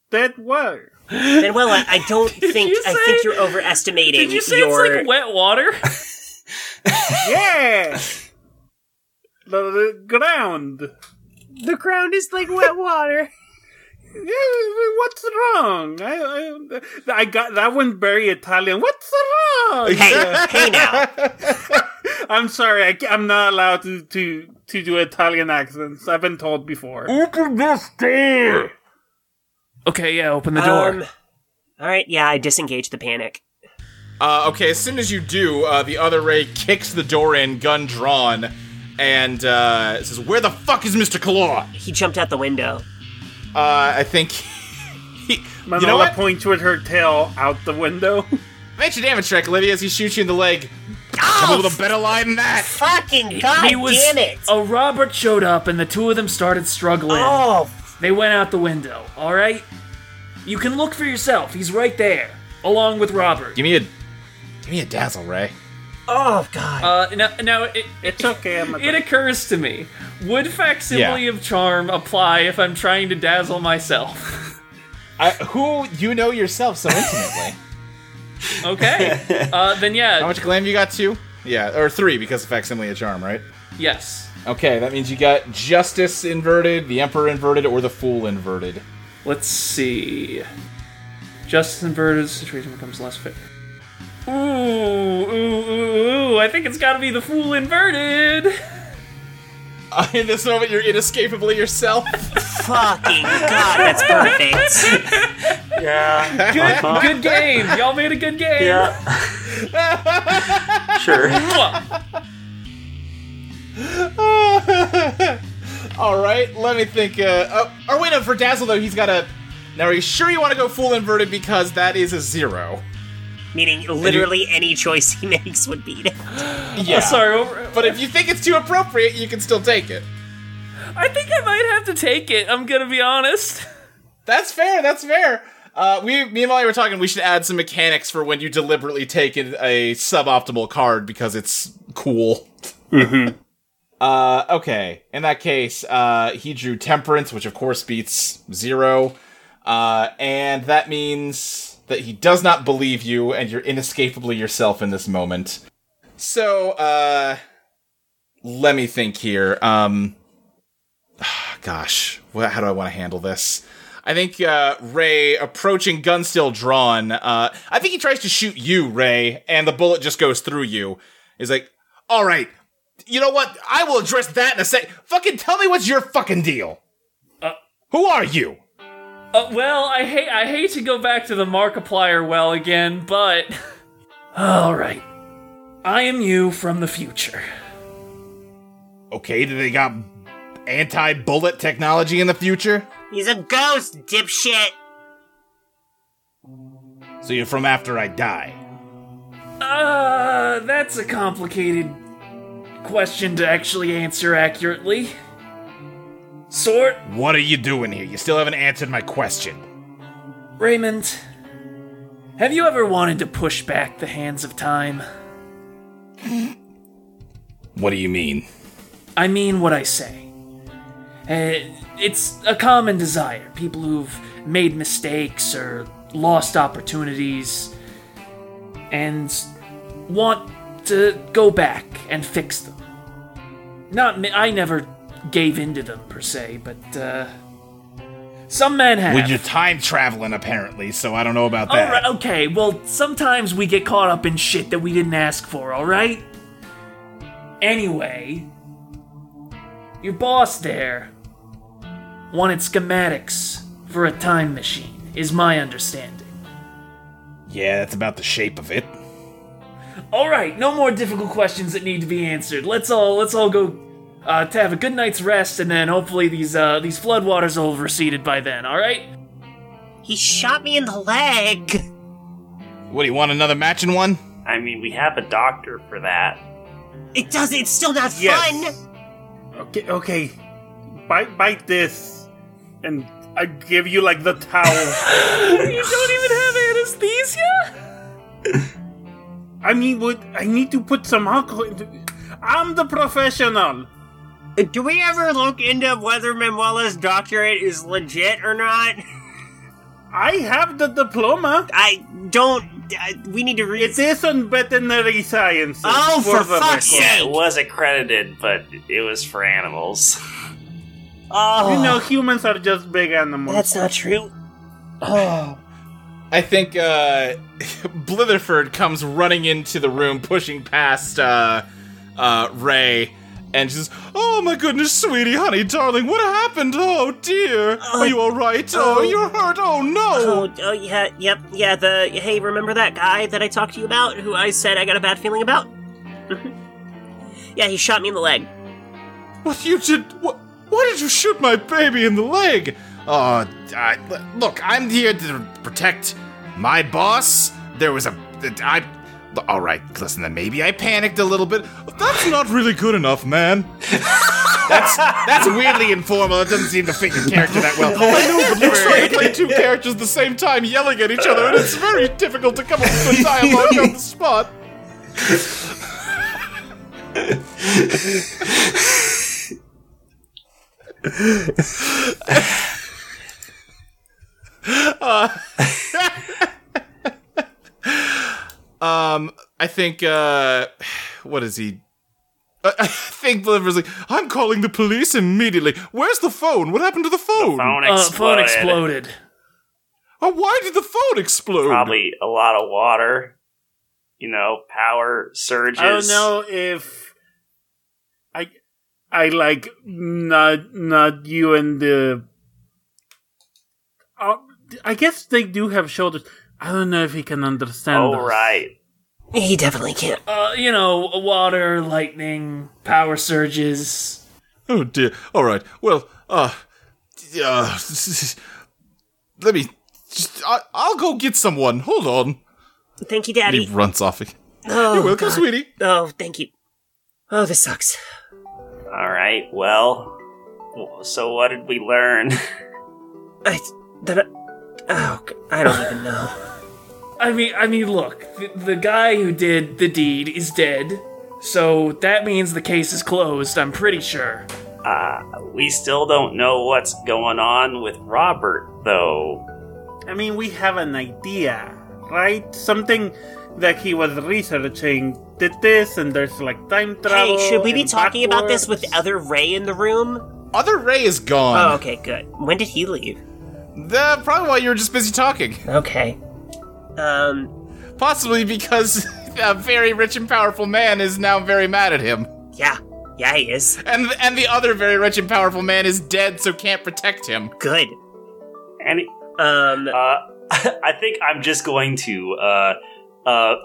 S8: dead water.
S5: Manuela, I don't think
S7: you
S5: I
S7: say-
S5: think you're overestimating
S7: Did you say
S5: your
S7: it's like wet water?
S4: [laughs]
S8: Yeah. the, the ground.
S5: The ground is like wet water.
S8: [laughs] Yeah, what's wrong? I, I, I got that one very Italian. What's wrong?
S5: hey, hey now.
S8: [laughs] I'm sorry, I, ca- I'm not allowed to, to, to do Italian accents. I've been told before.
S7: [laughs] okay, yeah, open the door.
S5: Um, all right, yeah, I disengage the panic.
S4: Uh, okay, as soon as you do, uh, the other Ray kicks the door in, gun drawn, and uh, says, Where the fuck is Mr. Claw?
S5: He jumped out the window.
S4: Uh, I think. he,
S8: Manola
S4: you know what?
S8: points with her tail out the window.
S4: [laughs] Make your damage check, Olivia, as he shoots you in the leg. Come up with a better line than that.
S10: Ah, Fucking god
S7: he was
S5: [laughs]
S10: damn it!
S7: a Robert showed up, and the two of them started struggling.
S10: Oh,
S7: They went out the window. All right, you can look for yourself. He's right there, along with Robert.
S4: Give me a, give me a dazzle, Ray.
S10: oh god.
S7: Uh, now, now it, it,
S8: It's okay, I'm
S7: it
S8: a
S7: occurs to me: Would facsimile
S4: Yeah.
S7: of charm apply if I'm trying to dazzle myself? [laughs]
S4: I, who you know yourself so [laughs] intimately?
S7: Okay, uh, then
S4: How
S7: yeah,
S4: much glam you got? Two? Yeah, or three because of facsimile of charm, right?
S7: yes.
S4: Okay, that means you got justice inverted, the emperor inverted, or the fool inverted.
S7: Let's see. Justice inverted situation becomes less fair. Ooh, ooh, ooh, ooh! I think it's got to be the fool inverted.
S4: Uh, in [laughs] this moment, you're inescapably yourself.
S5: [laughs] Fucking god, that's perfect.
S6: yeah,
S2: [laughs]
S7: Good, [laughs] good game. Y'all made a good game.
S6: yeah. sure.
S7: Mwah.
S4: [laughs] All right, let me think. Uh, oh, or wait, no, for Dazzle though, he's got a. Now, are you sure you want to go full inverted because that is a zero?
S5: Meaning, literally any choice he [laughs] makes would beat it.
S7: [laughs]
S4: Yeah. but if you think it's too appropriate, you can still take it.
S7: I think I might have to take it. I'm gonna be honest.
S4: That's fair. That's fair. Uh, we, me and Molly were talking. We should add some mechanics for when you deliberately take an, a suboptimal card because it's cool.
S8: Mm-hmm.
S4: Uh, okay. In that case, uh, he drew Temperance, which of course beats zero. Uh, and that means that he does not believe you, and you're inescapably yourself in this moment. So, uh, let me think here. Um, ah, gosh, wha- how do I want to handle this? I think uh, Ray approaching, gun still drawn. Uh, I think he tries to shoot you, Ray, and the bullet just goes through you. He's like, "All right, you know what? I will address that in a sec. Fucking tell me what's your fucking deal. Who are you?
S7: Uh, well, I hate I hate to go back to the Markiplier well again, but [sighs] all right, I am you from the future.
S4: Okay, do they got anti-bullet technology in the future?
S5: He's a ghost, dipshit.
S4: So you're from after I die.
S7: Uh, that's a complicated question to actually answer accurately. Sort
S4: What are you doing here? You still haven't answered my question.
S7: Raymond, have you ever wanted to push back the hands of time?
S9: What do you mean?
S7: I mean what I say. Uh, it's a common desire. People who've made mistakes or lost opportunities and want to go back and fix them. Not me, I never gave in to them per se, but uh, some men have.
S4: Well, you're time traveling apparently, so I don't know about
S7: All
S4: that.
S7: right, okay. Well, sometimes we get caught up in shit that we didn't ask for, all right? Anyway, your boss there wanted schematics for a time machine, is my understanding.
S9: Yeah, that's about the shape of it.
S7: All right, no more difficult questions that need to be answered. Let's all let's all go uh, to have a good night's rest, and then hopefully these uh, these floodwaters will have receded by then. All right?
S5: He shot me in the leg.
S4: What do you want another match in one?
S6: I mean, we have a doctor for that.
S5: It doesn't. It's still not
S8: Yes.
S5: fun.
S8: Okay, okay. Bite, bite this, and I give you like the towel.
S5: [laughs]
S7: You don't even have anesthesia.
S8: I mean, what? I need to put some alcohol into. I'm the professional.
S5: Uh, Do we ever look into whether Manuela's doctorate is legit or not?
S8: I have the diploma.
S5: I don't. I, we need to read.
S8: It is on veterinary sciences.
S5: Oh, for
S8: the
S5: fuck's
S8: record.
S5: sake!
S6: It was accredited, but it was for animals.
S5: Oh,
S8: You know, humans are just big animals.
S5: that's not true. Oh,
S4: I think uh, [laughs] Blitherford comes running into the room, pushing past uh, uh, Ray, and she's, "Oh my goodness, sweetie, honey, darling, what happened? Oh dear, are you all right? Oh, you're hurt. Oh no."
S5: [laughs] oh, oh, yeah, yep, yeah. The hey, remember that guy that I talked to you about, who I said I got a bad feeling about? Mhm.
S4: Mm-hmm.
S5: yeah, he shot me in the leg.
S4: What you did? What? Why did you shoot my baby in the leg? Uh, I, look, I'm here to protect my boss. There was a, I, all right, listen. Then maybe I panicked a little bit. That's not really good enough, man. [laughs] that's that's weirdly informal. It doesn't seem to fit your character that well. I know, but we're trying to play two characters at the same time, yelling at each other, and it's very difficult to come up with a dialogue on the spot. Uh, [laughs] um, I think, uh, what is he? I I think Blither's like, I'm calling the police immediately. Where's the phone? What happened to the phone?
S6: Phone
S7: Uh,
S6: exploded.
S7: phone exploded.
S4: Oh, why did the phone explode?
S6: Probably a lot of water. You know, power
S8: I don't
S6: surges.
S8: know if I, I like not not you and the. Uh, I guess they do have shoulders. I don't know if he can understand.
S6: Oh
S8: us.
S6: right.
S5: He definitely can't.
S7: Uh, you know, water, lightning, power surges.
S4: Oh dear. All right. Well, uh, uh, [laughs] let me. Just, I, I'll go get someone. Hold on.
S5: Thank you,
S4: And
S5: Daddy.
S4: he runs off. again.
S5: Oh,
S4: [laughs] You're welcome,
S5: God.
S4: sweetie.
S5: Oh, thank you. Oh, this sucks.
S6: All right. Well, w- so what did we learn? [laughs]
S5: I that. I, oh, g- I don't even know.
S7: [sighs] I mean, I mean, look, the, the guy who did the deed is dead, so that means the case is closed. I'm pretty sure.
S6: Uh, we still don't know what's going on with Robert, though.
S8: I mean, we have an idea, right? Something that he was researching did this, and there's like time travel.
S5: Hey, should we be
S8: and
S5: talking about this with
S8: backwards.
S5: other Ray in the room?
S4: Other Ray is gone.
S5: Oh, okay, good. When did he leave?
S4: That- probably why you were just busy talking.
S5: Okay. Um.
S4: Possibly because [laughs] a very rich and powerful man is now very mad at him.
S5: Yeah. Yeah, he is.
S4: And and the other very rich and powerful man is dead, so can't protect him.
S5: Good.
S6: And
S5: Um.
S6: uh, [laughs] I think I'm just going to uh, uh,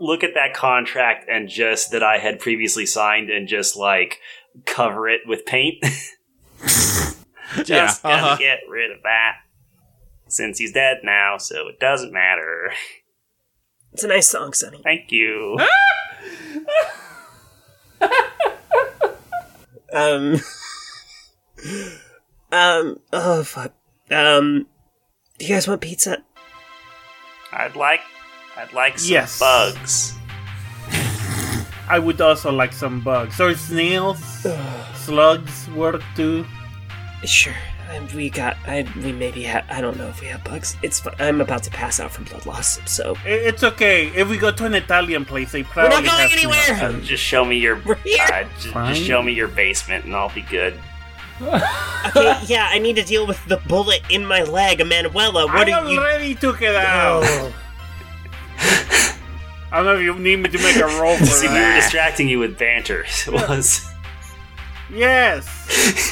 S6: look at that contract and just that I had previously signed and just like cover it with paint. [laughs] just
S4: Yeah, uh-huh.
S6: gotta get rid of that. Since he's dead now, so it doesn't matter.
S5: It's a nice song, Sonny.
S6: Thank you.
S4: Ah!
S5: Um. [laughs] um. Oh fuck. Um. Do you guys want pizza?
S6: I'd like, I'd like some
S8: Yes.
S6: bugs.
S8: I would also like some bugs. Or
S5: [sighs]
S8: snails, slugs work too.
S5: Sure. Um, we got. I. We maybe. Ha- I don't know if we have bugs. It's. fu- I'm about to pass out from blood loss. So.
S8: I- It's okay. If we go to an Italian place, they
S5: We're
S8: probably
S5: not going
S8: have snails.
S5: anywhere.
S6: Uh, just show me your,
S5: We're here.
S6: uh, ju-
S8: Fine.
S6: just show me your basement, and I'll be good.
S5: okay. Yeah. I need to deal with the bullet in my leg, Emanuela. What
S8: I
S5: are you?
S8: already took it out.
S5: Oh.
S8: [laughs] I don't know if you need me to make a roll
S6: [laughs]
S8: for
S6: See, we were
S8: that.
S6: distracting you with banter. [laughs] It
S8: [laughs]
S6: was.
S8: Yes,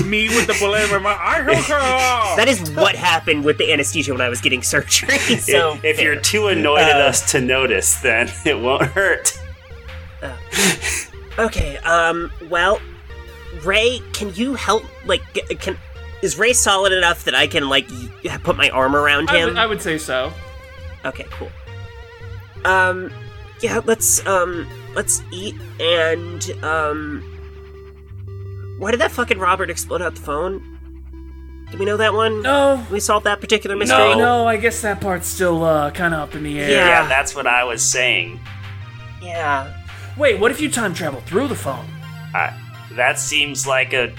S8: me with the bullet in my mouth. I hook
S5: [laughs]
S8: her off.
S5: That is what happened with the anesthesia when I was getting
S8: [laughs]
S5: surgery. So.
S6: if, if you're too annoyed at
S5: uh,
S6: us to notice, then [laughs] it won't hurt.
S5: Okay. Um. Well, Ray, can you help? Like, g- can is Ray solid enough that I can like y- put my arm around
S7: I
S5: him?
S7: would- I would say so.
S5: Okay, cool. Um, yeah, let's um, let's eat and um. Why did that fucking Robert explode out the phone? Do we know that one?
S7: No,
S5: We solved that particular mystery.
S7: no, no. I guess that part's still uh, kind of up in the air.
S5: Yeah.
S6: Yeah, that's what I was saying.
S5: Yeah.
S7: Wait, what if you time travel through the phone?
S6: I, that seems like a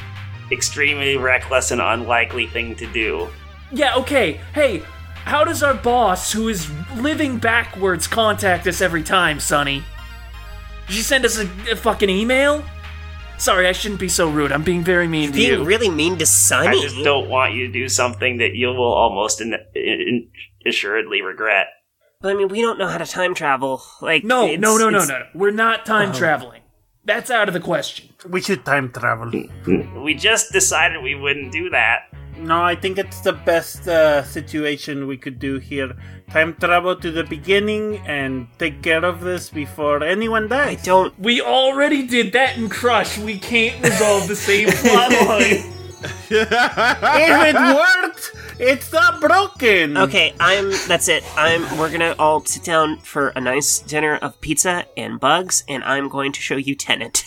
S6: extremely reckless and unlikely thing to do.
S7: Yeah, okay. Hey, how does our boss, who is living backwards, contact us every time, Sonny? Did she send us a, a fucking email? Sorry, I shouldn't be so rude. I'm being very mean to
S5: Being
S7: you.
S5: really mean to
S6: I
S5: Sunny.
S6: just don't want you to do something that you will almost in, in, assuredly regret.
S5: But I mean, we don't know how to time travel. Like,
S7: no,
S5: it's-
S7: no, no, no, no,
S5: it's- Oh.
S7: no. We're not time traveling. That's out of the question.
S8: we should time travel.
S6: We just decided we wouldn't do that.
S8: No, I think it's the best uh, situation we could do here. Time travel to the beginning and take care of this before anyone
S5: I
S8: dies.
S5: don't.
S7: We already did that in Crush. We can't resolve the
S5: [laughs]
S7: same plot line.
S8: [laughs] if [laughs] it worked, it's not broken.
S5: Okay, I'm. That's it. I'm. We're gonna all sit down for a nice dinner of pizza and bugs, and I'm going to show you [laughs] Tenant.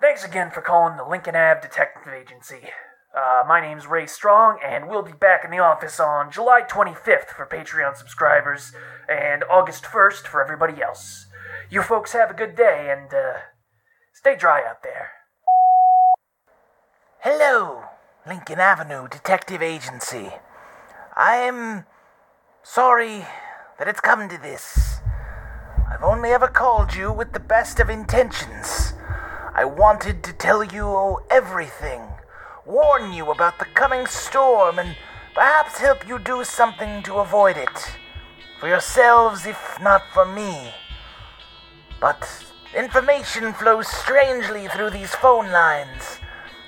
S1: Thanks again for calling the Lincoln Ave Detective Agency. Uh, my name's Ray Strong, and we'll be back in the office on July 25th for Patreon subscribers and August 1st for everybody else. You folks have a good day and uh, stay dry out there.
S2: Hello, Lincoln Avenue Detective Agency. I'm sorry that it's come to this. I've only ever called you with the best of intentions. I wanted to tell you everything, warn you about the coming storm, and perhaps help you do something to avoid it. For yourselves, if not for me. But information flows strangely through these phone lines.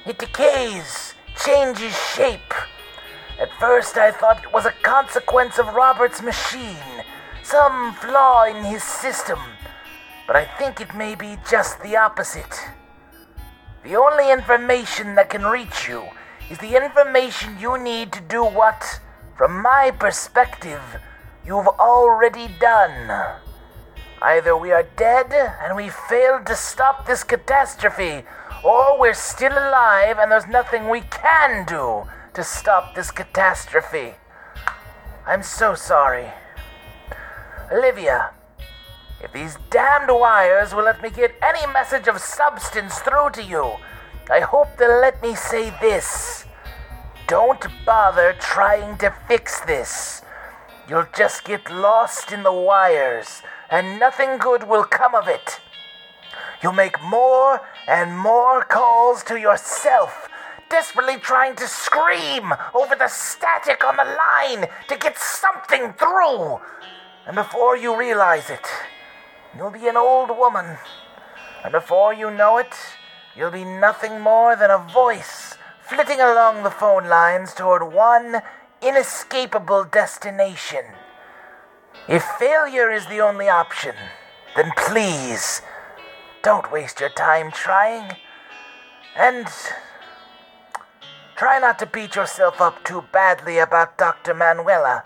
S2: It decays, changes shape. At first, I thought it was a consequence of Robert's machine, some flaw in his system. But I think it may be just the opposite. The only information that can reach you is the information you need to do what, from my perspective, you've already done. Either we are dead and we failed to stop this catastrophe, or we're still alive and there's nothing we can do to stop this catastrophe. I'm so sorry. Olivia, if these damned wires will let me get any message of substance through to you, I hope they'll let me say this. Don't bother trying to fix this. You'll just get lost in the wires, and nothing good will come of it. You'll make more and more calls to yourself, desperately trying to scream over the static on the line to get something through. And before you realize it, you'll be an old woman. And before you know it, you'll be nothing more than a voice flitting along the phone lines toward one inescapable destination. If failure is the only option, then please don't waste your time trying. And try not to beat yourself up too badly about Dr. Manuela.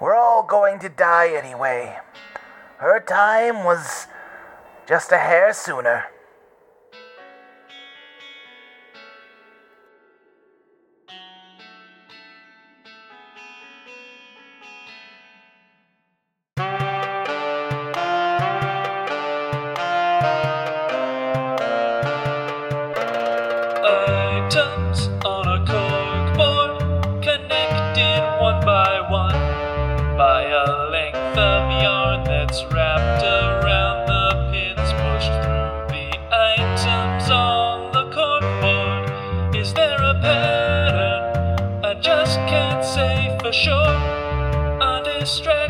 S2: We're all going to die anyway. Her time was just a hair sooner.
S3: Items on a corkboard connected one by one by a length of yarn that's wrapped around the pins pushed through the items on the corkboard. Is there a pattern? I just can't say for sure. I'm distracted